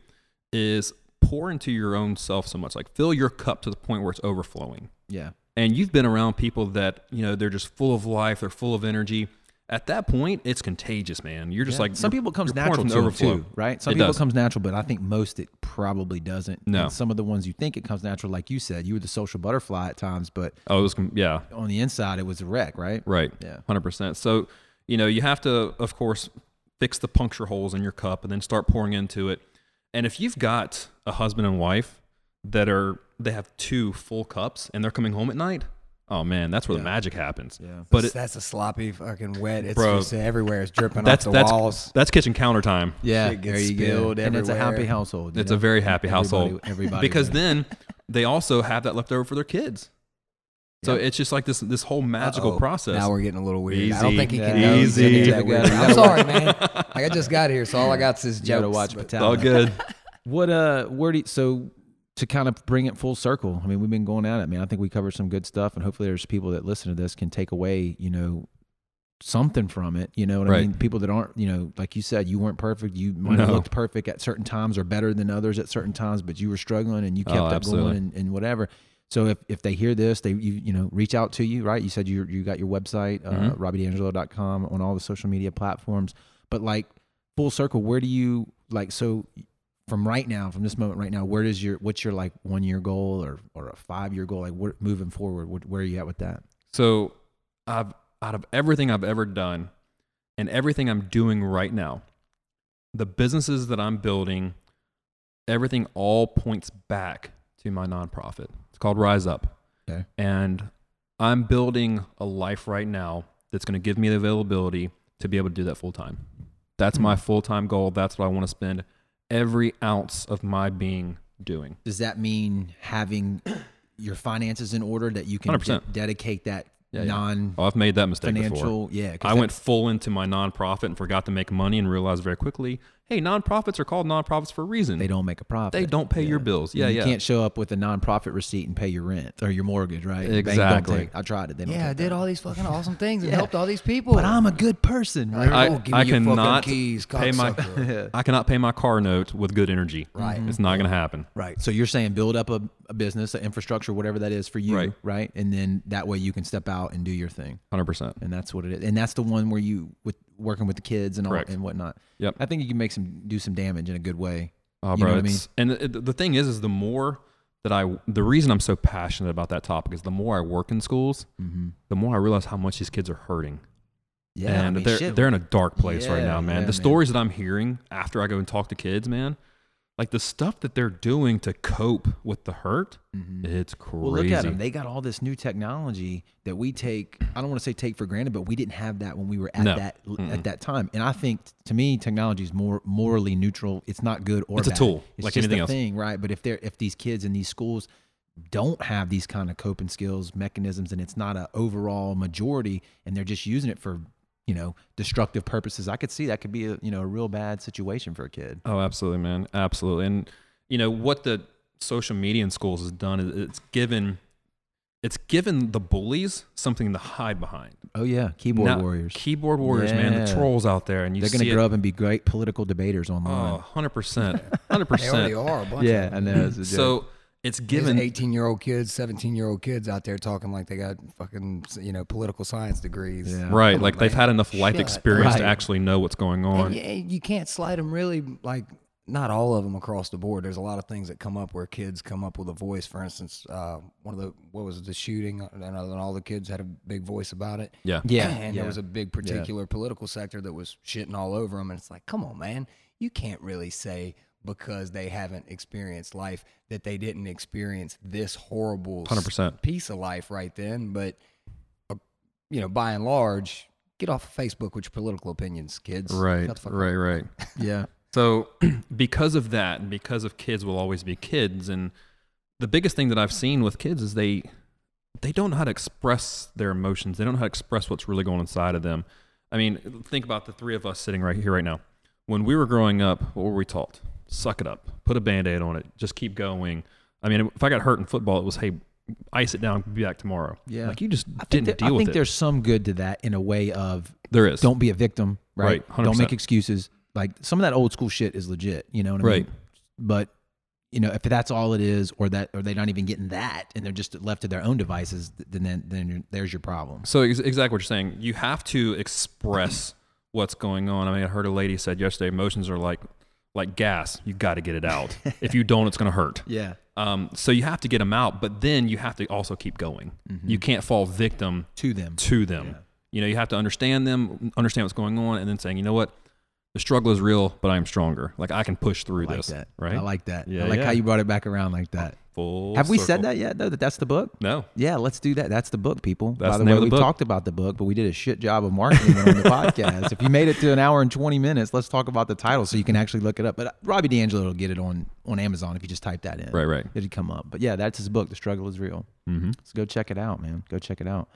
S1: is pour into your own self so much, like fill your cup to the point where it's overflowing.
S2: Yeah.
S1: And you've been around people that you know they're just full of life, they're full of energy. At that point, it's contagious, man. You're just like
S2: some
S1: you're-
S2: people it comes
S1: you're pouring
S2: natural
S1: from
S2: to
S1: the
S2: 'em too, right? Some
S1: It
S2: people
S1: does.
S2: it comes natural, but I think most it probably doesn't.
S1: No.
S2: And some of the ones you think it comes natural, like you said, you were the social butterfly at times, but
S1: Oh, it was com- yeah,
S2: on the inside it was a wreck, right?
S1: right.
S2: Yeah.
S1: hundred percent. So you know you have to, of course, fix the puncture holes in your cup and then start pouring into it. And if you've got a husband and wife that are they have two full cups and they're coming home at night, oh man, that's where the magic happens.
S2: Yeah.
S1: but it,
S3: that's a sloppy fucking wet. It's
S1: Bro.
S3: just everywhere. It's dripping
S1: that's
S3: off the
S1: that's
S3: walls.
S1: that's kitchen counter time.
S2: Yeah,
S3: Shit gets spilled
S2: And it's a happy
S3: everywhere.
S2: household. you
S1: It's
S2: know?
S1: a very happy household
S2: Everybody, everybody
S1: because
S2: wins.
S1: then they also have that left over for their kids. So
S2: Yeah.
S1: it's just like this this whole magical
S3: Uh-oh.
S1: process.
S3: Now we're getting a little weird. I don't
S1: Easy.
S3: think he can.
S2: Yeah.
S3: know he's gonna do
S1: Easy.
S3: that
S2: You
S3: weird.
S2: gotta-
S3: I'm sorry, man. Like, I just got here, so all I got is
S2: you got to
S3: jokes.
S2: watch
S3: but- uh,
S1: it's all
S2: Patel.
S1: good.
S2: What uh, where do you, so to kind of bring it full circle? I mean, we've been going at it, man. I think we covered some good stuff, and hopefully, there's people that listen to this can take away, you know, something from it. You know what I
S1: Right.
S2: mean? People that aren't, you know, like you said, you weren't perfect. You might have
S1: No.
S2: looked perfect at certain times or better than others at certain times, but you were struggling and you
S1: Oh,
S2: kept up going
S1: absolutely.
S2: and, and whatever. So if, if they hear this, they you you know reach out to you, right? You said you you got your website, uh,
S1: Mhm.
S2: robbiedangelo.com on all the social media platforms. But like full circle, where do you like so from right now, from this moment right now, where does your what's your like one year goal or or a five year goal? Like where, moving forward, what, where are you at with that?
S1: So, I've out of everything I've ever done and everything I'm doing right now, the businesses that I'm building, everything all points back to my nonprofit. It's called Rise Up.
S2: Okay.
S1: And I'm building a life right now that's going to give me the availability to be able to do that full time. That's my full time goal. That's what I want to spend every ounce of my being doing.
S2: Does that mean having your finances in order that you can
S1: 100%.
S2: de- dedicate that
S1: Yeah, yeah.
S2: non
S1: Oh, I've made that mistake before.
S2: financial? Yeah, 'cause
S1: I
S2: that-
S1: went full into my nonprofit and forgot to make money and realized very quickly, hey, nonprofits are called nonprofits for a reason.
S2: They don't make a profit.
S1: They don't pay your bills. Yeah,
S2: you
S1: yeah.
S2: can't show up with a nonprofit receipt and pay your rent or your mortgage, right? Bank don't
S1: Exactly.
S2: take- I tried it. They don't
S3: Yeah, I
S2: take
S3: did
S2: that.
S3: all these fucking awesome things and
S2: Yeah.
S3: helped all these people.
S2: But I'm a good person,
S3: Like,
S2: right?
S1: I-
S3: oh, give me
S1: I
S3: your fucking
S1: cannot
S3: keys,
S1: pay my-
S3: cocksucker.
S1: I cannot pay my car note with good energy.
S3: Right.
S1: It's not going to happen.
S3: right.
S2: So you're saying build up a, a business, an infrastructure, whatever that is for you,
S1: Right.
S2: And then that way you can step out and do your thing.
S1: 100%.
S2: And that's what it is. And that's the one where you with working with the kids and all
S1: Correct.
S2: and whatnot.
S1: Yep.
S2: I think you can make some do some damage in a good way.
S1: Oh,
S2: You
S1: bro.
S2: know what I
S1: it's- And it, the thing is, is the more that I, the reason I'm so passionate about that topic is the more I work in schools,
S2: Mm-hmm.
S1: the more I realize how much these kids are hurting.
S2: Yeah. I
S1: and
S2: mean,
S1: they're
S2: shit,
S1: they're in a dark place right
S2: Yeah,
S1: now, man.
S2: yeah,
S1: the
S2: man.
S1: stories that I'm hearing after I go and talk to kids, man, like the stuff that they're doing to cope with the hurt, it's crazy.
S2: Mm-hmm. Well, look at them. They got all this new technology that we take. I don't want to say take for granted, but we didn't have that when we were at
S1: No.
S2: that at that time. And I think to me, technology is more morally neutral. It's not good or
S1: It's a
S2: bad.
S1: tool,
S2: It's
S1: like
S2: just
S1: anything
S2: a
S1: else.
S2: thing, right? But if they're if these kids in these schools don't have these kind of coping skills, mechanisms, and it's not a overall majority, and they're just using it for you know destructive purposes, I could see that could be a you know a real bad situation for a kid.
S1: oh, absolutely, man, absolutely. And you know what the social media in schools has done is it's given it's given the bullies something to hide behind.
S2: Oh yeah, keyboard
S1: Now-
S2: warriors.
S1: keyboard warriors, man, the
S2: Yeah.
S1: trolls out there, and you
S2: They're
S1: see
S2: going to
S1: it.
S2: grow up and be great political debaters online.
S1: Oh, 100 percent, hundred
S3: They
S1: percent.
S3: already are a bunch.
S2: Yeah,
S3: of
S2: I
S3: them.
S2: know. It's a joke.
S1: So it's given.
S3: eighteen-year-old kids, seventeen-year-old kids out there talking like they got fucking you know political science degrees.
S2: Yeah.
S1: Right,
S3: Come
S1: like
S3: on,
S1: they've
S3: man.
S1: had enough life
S3: Shut
S1: experience to
S2: Right.
S1: actually know what's going on.
S3: And yeah, you can't slide them really like not all of them across the board. There's a lot of things that come up where kids come up with a voice. For instance, uh, one of the what was it, the shooting, uh, and, and all the kids had a big voice about it.
S1: yeah.
S2: Yeah,
S3: and
S2: yeah.
S3: there was a big particular political sector that was shitting all over them. And it's like, come on, man, you can't really say because they haven't experienced life that they didn't experience this horrible
S1: 100%.
S3: piece of life right then. But uh, you know, by and large, get off of Facebook with your political opinions, kids.
S1: Right,
S3: Shut the fuck up.
S1: right, right.
S2: yeah.
S1: So, because of that, and because of kids will always be kids, and the biggest thing that I've seen with kids is they they don't know how to express their emotions. They don't know how to express what's really going inside of them. I mean, think about the three of us sitting right here right now. When we were growing up, what were we taught? Suck it up. Put a band-aid on it. Just keep going. I mean, if I got hurt in football, it was hey, ice it down, be back tomorrow.
S2: Yeah.
S1: Like you just
S2: I think
S1: didn't
S2: that-
S1: deal
S2: I
S1: with
S2: think
S1: it.
S2: there's some good to that in a way of
S1: there is.
S2: don't be a victim, right?
S1: Right, 100%.
S2: Don't make excuses. Like some of that old school shit is legit, you know what I
S1: Right.
S2: mean? But you know, if that's all it is, or that, or they're not even getting that, and they're just left to their own devices, th- then then, then you're, there's your problem.
S1: So ex- exactly what you're saying. You have to express what's going on. I mean, I heard a lady said yesterday, emotions are like like gas. You got to get it out. if you don't, it's going to hurt.
S2: Yeah,
S1: Um, so you have to get them out, but then you have to also keep going.
S2: Mm-hmm.
S1: You can't fall victim
S2: to them.
S1: to them. You know, you have to understand them, understand what's going on, and then saying, you know what, the struggle is real, but I am stronger. Like I can push through
S2: I like
S1: this.
S2: that.
S1: Right?
S2: I like that.
S1: Yeah,
S2: I like
S1: yeah.
S2: how you brought it back around like that.
S1: Full
S2: Have we said
S1: circle.
S2: that yet? Though that that's the book.
S1: No.
S2: Yeah, let's do that. That's the book, people.
S1: That's
S2: By the,
S1: the name
S2: way,
S1: of the
S2: we
S1: book.
S2: talked about the book, but we did a shit job of marketing it on the podcast. If you made it to an hour and twenty minutes, let's talk about the title so you can actually look it up. But uh, Robbie D'Angelo will get it on on Amazon if you just type that in.
S1: Right. Right.
S2: It'd come up. But yeah, that's his book. The struggle is real.
S1: Mm-hmm.
S2: So go check it out, man. Go check it out.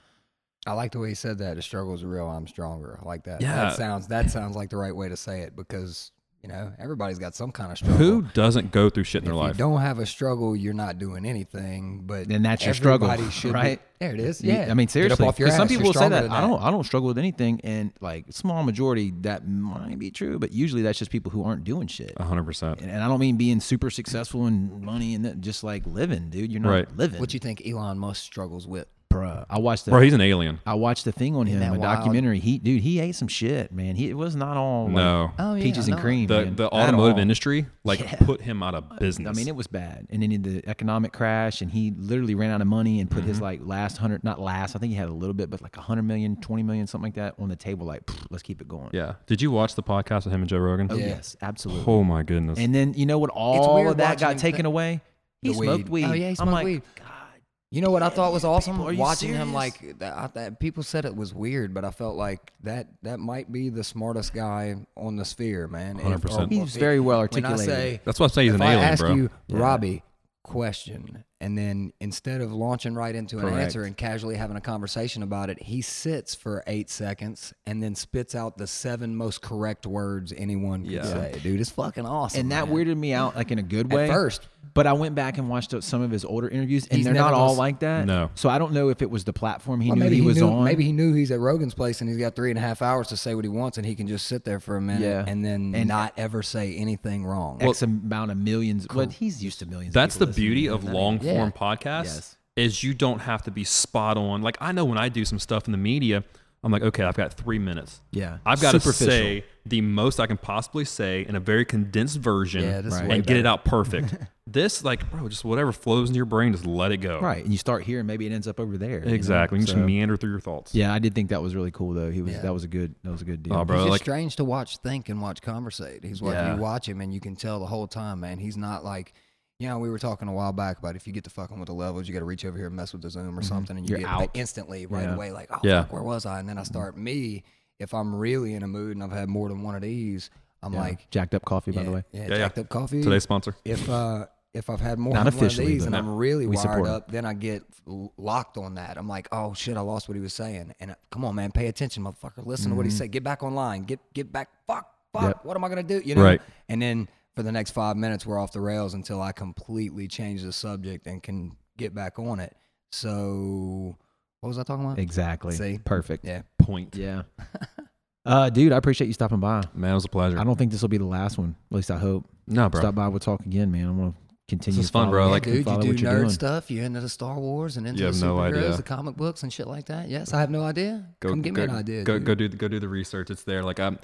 S3: I like the way he said that. The struggle's real. I'm stronger. I like that.
S1: Yeah.
S3: That sounds that sounds like the right way to say it because you know everybody's got some kind of struggle.
S1: Who doesn't go through shit in
S3: If
S1: their
S3: you
S1: life?
S3: don't have a struggle, you're not doing anything. But
S2: Then that's your struggle,
S3: everybody should be-
S2: right?
S3: there it is.
S2: You-
S3: Yeah.
S2: I mean,
S3: Get up
S2: seriously.
S3: off your
S2: 'cause some
S3: ass. You're
S2: people say
S3: stronger
S2: that.
S3: than
S2: I don't. I don't struggle with anything, and like small majority that might be true, but usually that's just people who aren't doing shit.
S1: hundred percent.
S2: And, and I don't mean being super successful and money and that, just like living, dude. You're not
S1: Right.
S2: living,
S3: What you think Elon Musk struggles with?
S2: bruh. I watched the
S1: Bro, he's an alien.
S2: I watched the thing on him,
S3: that
S2: a
S3: wild?
S2: documentary. He, dude, he ate some shit, man. He it was not all like,
S1: No.
S3: Oh, yeah,
S2: peaches and
S3: no.
S2: cream.
S1: the
S2: man,
S1: the
S2: at
S1: automotive
S2: all.
S1: industry like
S2: Yeah.
S1: put him out of business.
S2: I mean, it was bad, and then the economic crash, and he literally ran out of money and put his
S1: Mm-hmm.
S2: like last hundred, not last, I think he had a little bit, but like a hundred million, twenty million, something like that, on the table. Like, pfft, let's keep it going.
S1: yeah. Did you watch the podcast with him and Joe Rogan?
S2: Oh
S3: Yeah.
S2: yes, absolutely.
S1: Oh my goodness.
S2: and then you know what? All
S3: weird
S2: of that
S3: watching
S2: got
S3: him
S2: taken
S3: th-
S2: away. He
S3: the
S2: smoked weed.
S3: weed. Oh, yeah, he
S2: I'm
S3: smoked
S2: like,
S3: weed.
S2: God,
S3: You know what I thought was awesome?
S2: people, are you
S3: Watching him
S2: serious?
S3: like that, I, that. People said it was weird, but I felt like that that might be the smartest guy on the sphere, man. If-
S1: 100%.
S3: or-
S2: He's very well articulated.
S3: When I say,
S1: That's why I say he's
S3: if
S1: an
S3: I
S1: alien,
S3: ask
S1: bro.
S3: you, Robbie, question, and then instead of launching right into an answer and casually having a conversation about it, he sits for eight seconds and then spits out the seven most correct words anyone could
S1: Yeah.
S3: say. Dude, it's fucking awesome.
S2: and that
S3: man.
S2: weirded me out like in a good
S3: At
S2: way
S3: first,
S2: But I went back and watched some of his older interviews, and
S3: He's
S2: they're
S3: never
S2: not all
S3: gonna-
S2: like that.
S1: No.
S2: So I don't know if it was the platform he
S3: Well,
S2: knew
S3: maybe
S2: he, was
S3: knew,
S2: on.
S3: Maybe he knew he's at Rogan's place and he's got three and a half hours to say what he wants, and he can just sit there for a minute
S2: Yeah.
S3: and then
S2: And-
S3: not ever say anything wrong.
S2: X amount of millions. But he's used to millions. of
S1: That's
S2: people
S1: the
S2: listening
S1: beauty
S2: to him,
S1: of
S2: that
S1: long
S3: Yeah.
S1: form podcasts
S2: Yes.
S1: is you don't have to be spot on. Like I know when I do some stuff in the media, I'm like, okay, I've got three minutes.
S2: Yeah.
S1: I've got to
S2: Superficial.
S1: say the most I can possibly say in a very condensed version
S3: Yeah, this is
S1: and
S3: way
S1: get it out perfect. this, like, bro, just whatever flows into your brain, just let it go.
S2: makes- Right, and you start here, and maybe it ends up over there. you know?
S1: Exactly. You,
S2: So-
S1: can just meander through your thoughts.
S2: yeah, I did think that was really cool, though. He was that was a good that was a good deal.
S1: Oh,
S3: It's
S1: bro,
S3: just
S1: like
S3: strange to watch think and watch conversate. He's like
S1: Yeah.
S3: you watch him and you can tell the whole time, man. He's not like, you know, we were talking a while back about if you get to fucking with the levels, you got to reach over here and mess with the zoom or something, and you
S2: You're
S3: get
S2: out.
S3: instantly right
S2: Yeah.
S3: away. Like, oh,
S1: Yeah.
S3: fuck, where was I? And then I start me if I'm really in a mood and I've had more than one of these. I'm
S2: Yeah.
S3: like,
S2: jacked up coffee, by the way.
S3: yeah,
S1: yeah.
S3: jacked up coffee
S1: today's sponsor.
S3: if uh if I've had more
S2: Not
S3: than one of
S2: officially,
S3: these
S2: but
S3: and I'm really
S2: we support
S3: wired
S2: it.
S3: up, then I get l- locked on that. I'm like, oh shit, I lost what he was saying. And uh, come on, man, pay attention, motherfucker. Listen to what he said. Get back online. Get get back. Fuck, fuck.
S2: Yep.
S3: What am I gonna do? You know.
S1: Right.
S3: And then for the next five minutes, we're off the rails until I completely change the subject and can get back on it. So what was I talking about?
S2: Exactly.
S3: See?
S2: Perfect.
S3: Yeah.
S1: Point.
S2: Yeah. uh, dude, I appreciate you stopping by.
S1: Man, it was a pleasure.
S2: I don't think this will be the last one. At least I hope.
S1: No, bro.
S2: Stop by. We'll talk again, man. I want to continue.
S1: This is fun, bro.
S2: following-
S1: Like-
S3: Dude,
S2: follow
S3: you
S2: what
S3: do
S2: you're
S3: nerd
S2: doing.
S3: stuff. You're into the Star Wars and into
S1: You
S3: the
S1: have no
S3: superheroes,
S1: idea.
S3: the comic books and shit like that. Yes, I have no idea.
S1: go,
S3: Come give
S1: go,
S3: me an idea.
S1: Go,
S3: dude. Ah.
S1: go do the- go do the research. It's there. Like I'm,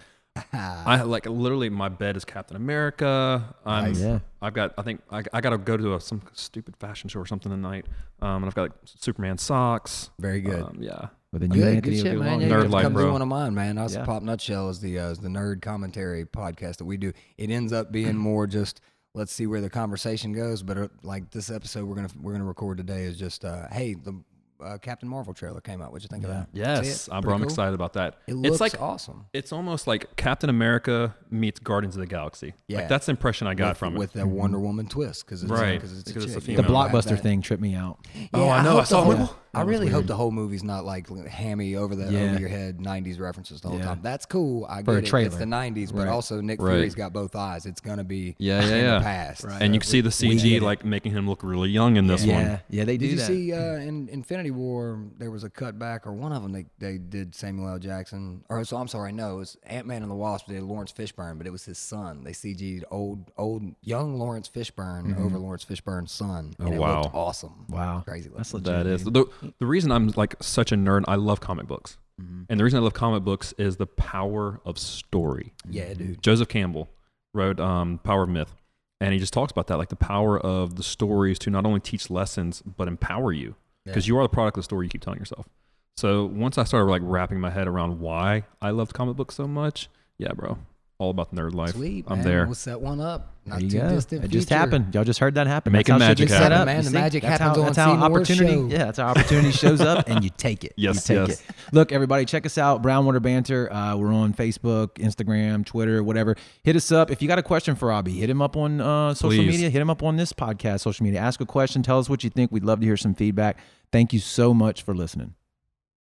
S1: I like literally my bed is Captain America. I'm,
S2: Nice. Yeah.
S1: I've got I think I, I got to go to a, some stupid fashion show or something tonight. Um, and I've got like Superman socks.
S3: Very good.
S1: Um, yeah.
S2: But then
S3: Good,
S2: you,
S3: good
S2: Anthony, will
S3: shit,
S2: get
S3: man.
S2: along.
S3: Yeah,
S1: Nerd
S3: you
S1: life,
S3: come
S1: bro.
S3: do one of mine, man. Us
S2: Yeah.
S3: Pop Nutshell is the uh, is the nerd commentary podcast that we do. It ends up being more just let's see where the conversation goes. But uh, like this episode, we're gonna we're gonna record today is just uh, hey the uh, Captain Marvel trailer came out. What'd you think of that? See
S1: Yes,
S3: it?
S1: I'm,
S3: Pretty
S1: I'm
S3: cool?
S1: excited about that.
S3: It
S1: it's
S3: looks
S1: like
S3: awesome.
S1: it's almost like Captain America meets Guardians of the Galaxy.
S3: Yeah.
S1: Like that's the impression I got
S3: with,
S1: from
S3: with that Wonder Woman twist because it's
S1: Right,
S3: because it's a,
S1: because it's a
S3: chick,
S2: The
S1: female.
S3: Have
S2: blockbuster
S3: that-
S2: thing tripped me out.
S1: it. Oh, I know. I
S3: hope the
S1: saw
S3: whole-
S1: it.
S3: I
S2: That was
S3: really hope
S2: weird.
S3: the whole movie's not like hammy over the
S2: Yeah.
S3: over your head '90s references the whole
S2: Yeah.
S3: time. That's cool. I
S2: For a
S3: get it. It's
S2: trailer.
S3: the '90s, but
S2: Right.
S3: also Nick
S1: Right.
S3: Fury's got both eyes. It's gonna be
S1: Yeah,
S3: in
S1: yeah,
S3: the
S1: yeah.
S3: past.
S2: Right.
S1: and you can see the
S3: get
S1: CG
S3: it.
S1: like making him look really young in this
S2: yeah,
S1: one.
S2: yeah, they do
S3: Did you
S2: that.
S3: see uh,
S1: Mm.
S3: in Infinity War there was a cutback or one of them they, they did Samuel L. Jackson or so I'm sorry no it was Ant Man and the Wasp they had Lawrence Fishburne but it was his son they CG'd old old young Lawrence Fishburne over Lawrence Fishburne's son
S1: Mm-hmm.
S3: and
S1: Oh,
S3: it
S1: wow.
S3: looked awesome
S2: wow,
S3: crazy looking.
S2: that's legit.
S1: That is
S2: dude.
S1: the, the reason I'm like such a nerd. I love comic books,
S3: Mm-hmm.
S1: and the reason I love comic books is the power of story.
S3: yeah dude
S1: Joseph Campbell wrote um, Power of Myth, and he just talks about that, like the power of the stories to not only teach lessons but empower you, because you are the product of the story you keep telling yourself. So once I started like wrapping my head around why I loved comic books so much, yeah, bro, all about the nerd life.
S3: sweet
S1: I'm
S3: man.
S1: there.
S3: we'll set one up not
S2: There you
S3: too
S2: go. It
S3: distant
S2: just
S3: future.
S2: happened. Y'all just heard that happen.
S1: Making
S2: that's how shit
S1: magic
S2: gets set
S1: happen.
S2: up.
S3: Man,
S2: You
S3: the
S2: see?
S3: magic
S2: that's
S3: happens
S2: how,
S3: on
S2: that's how
S3: Seymour's
S2: opportunity.
S3: show.
S2: Yeah, that's how opportunity shows up, and you take it.
S1: Yes,
S2: you take
S1: yes.
S2: it. Look, everybody, check us out. Brownwater Banter. Uh, we're on Facebook, Instagram, Twitter, whatever. Hit us up if you got a question for Robbie. Hit him up on uh, social
S1: Please.
S2: media. Hit him up on this podcast, social media. Ask a question. Tell us what you think. We'd love to hear some feedback. Thank you so much for listening.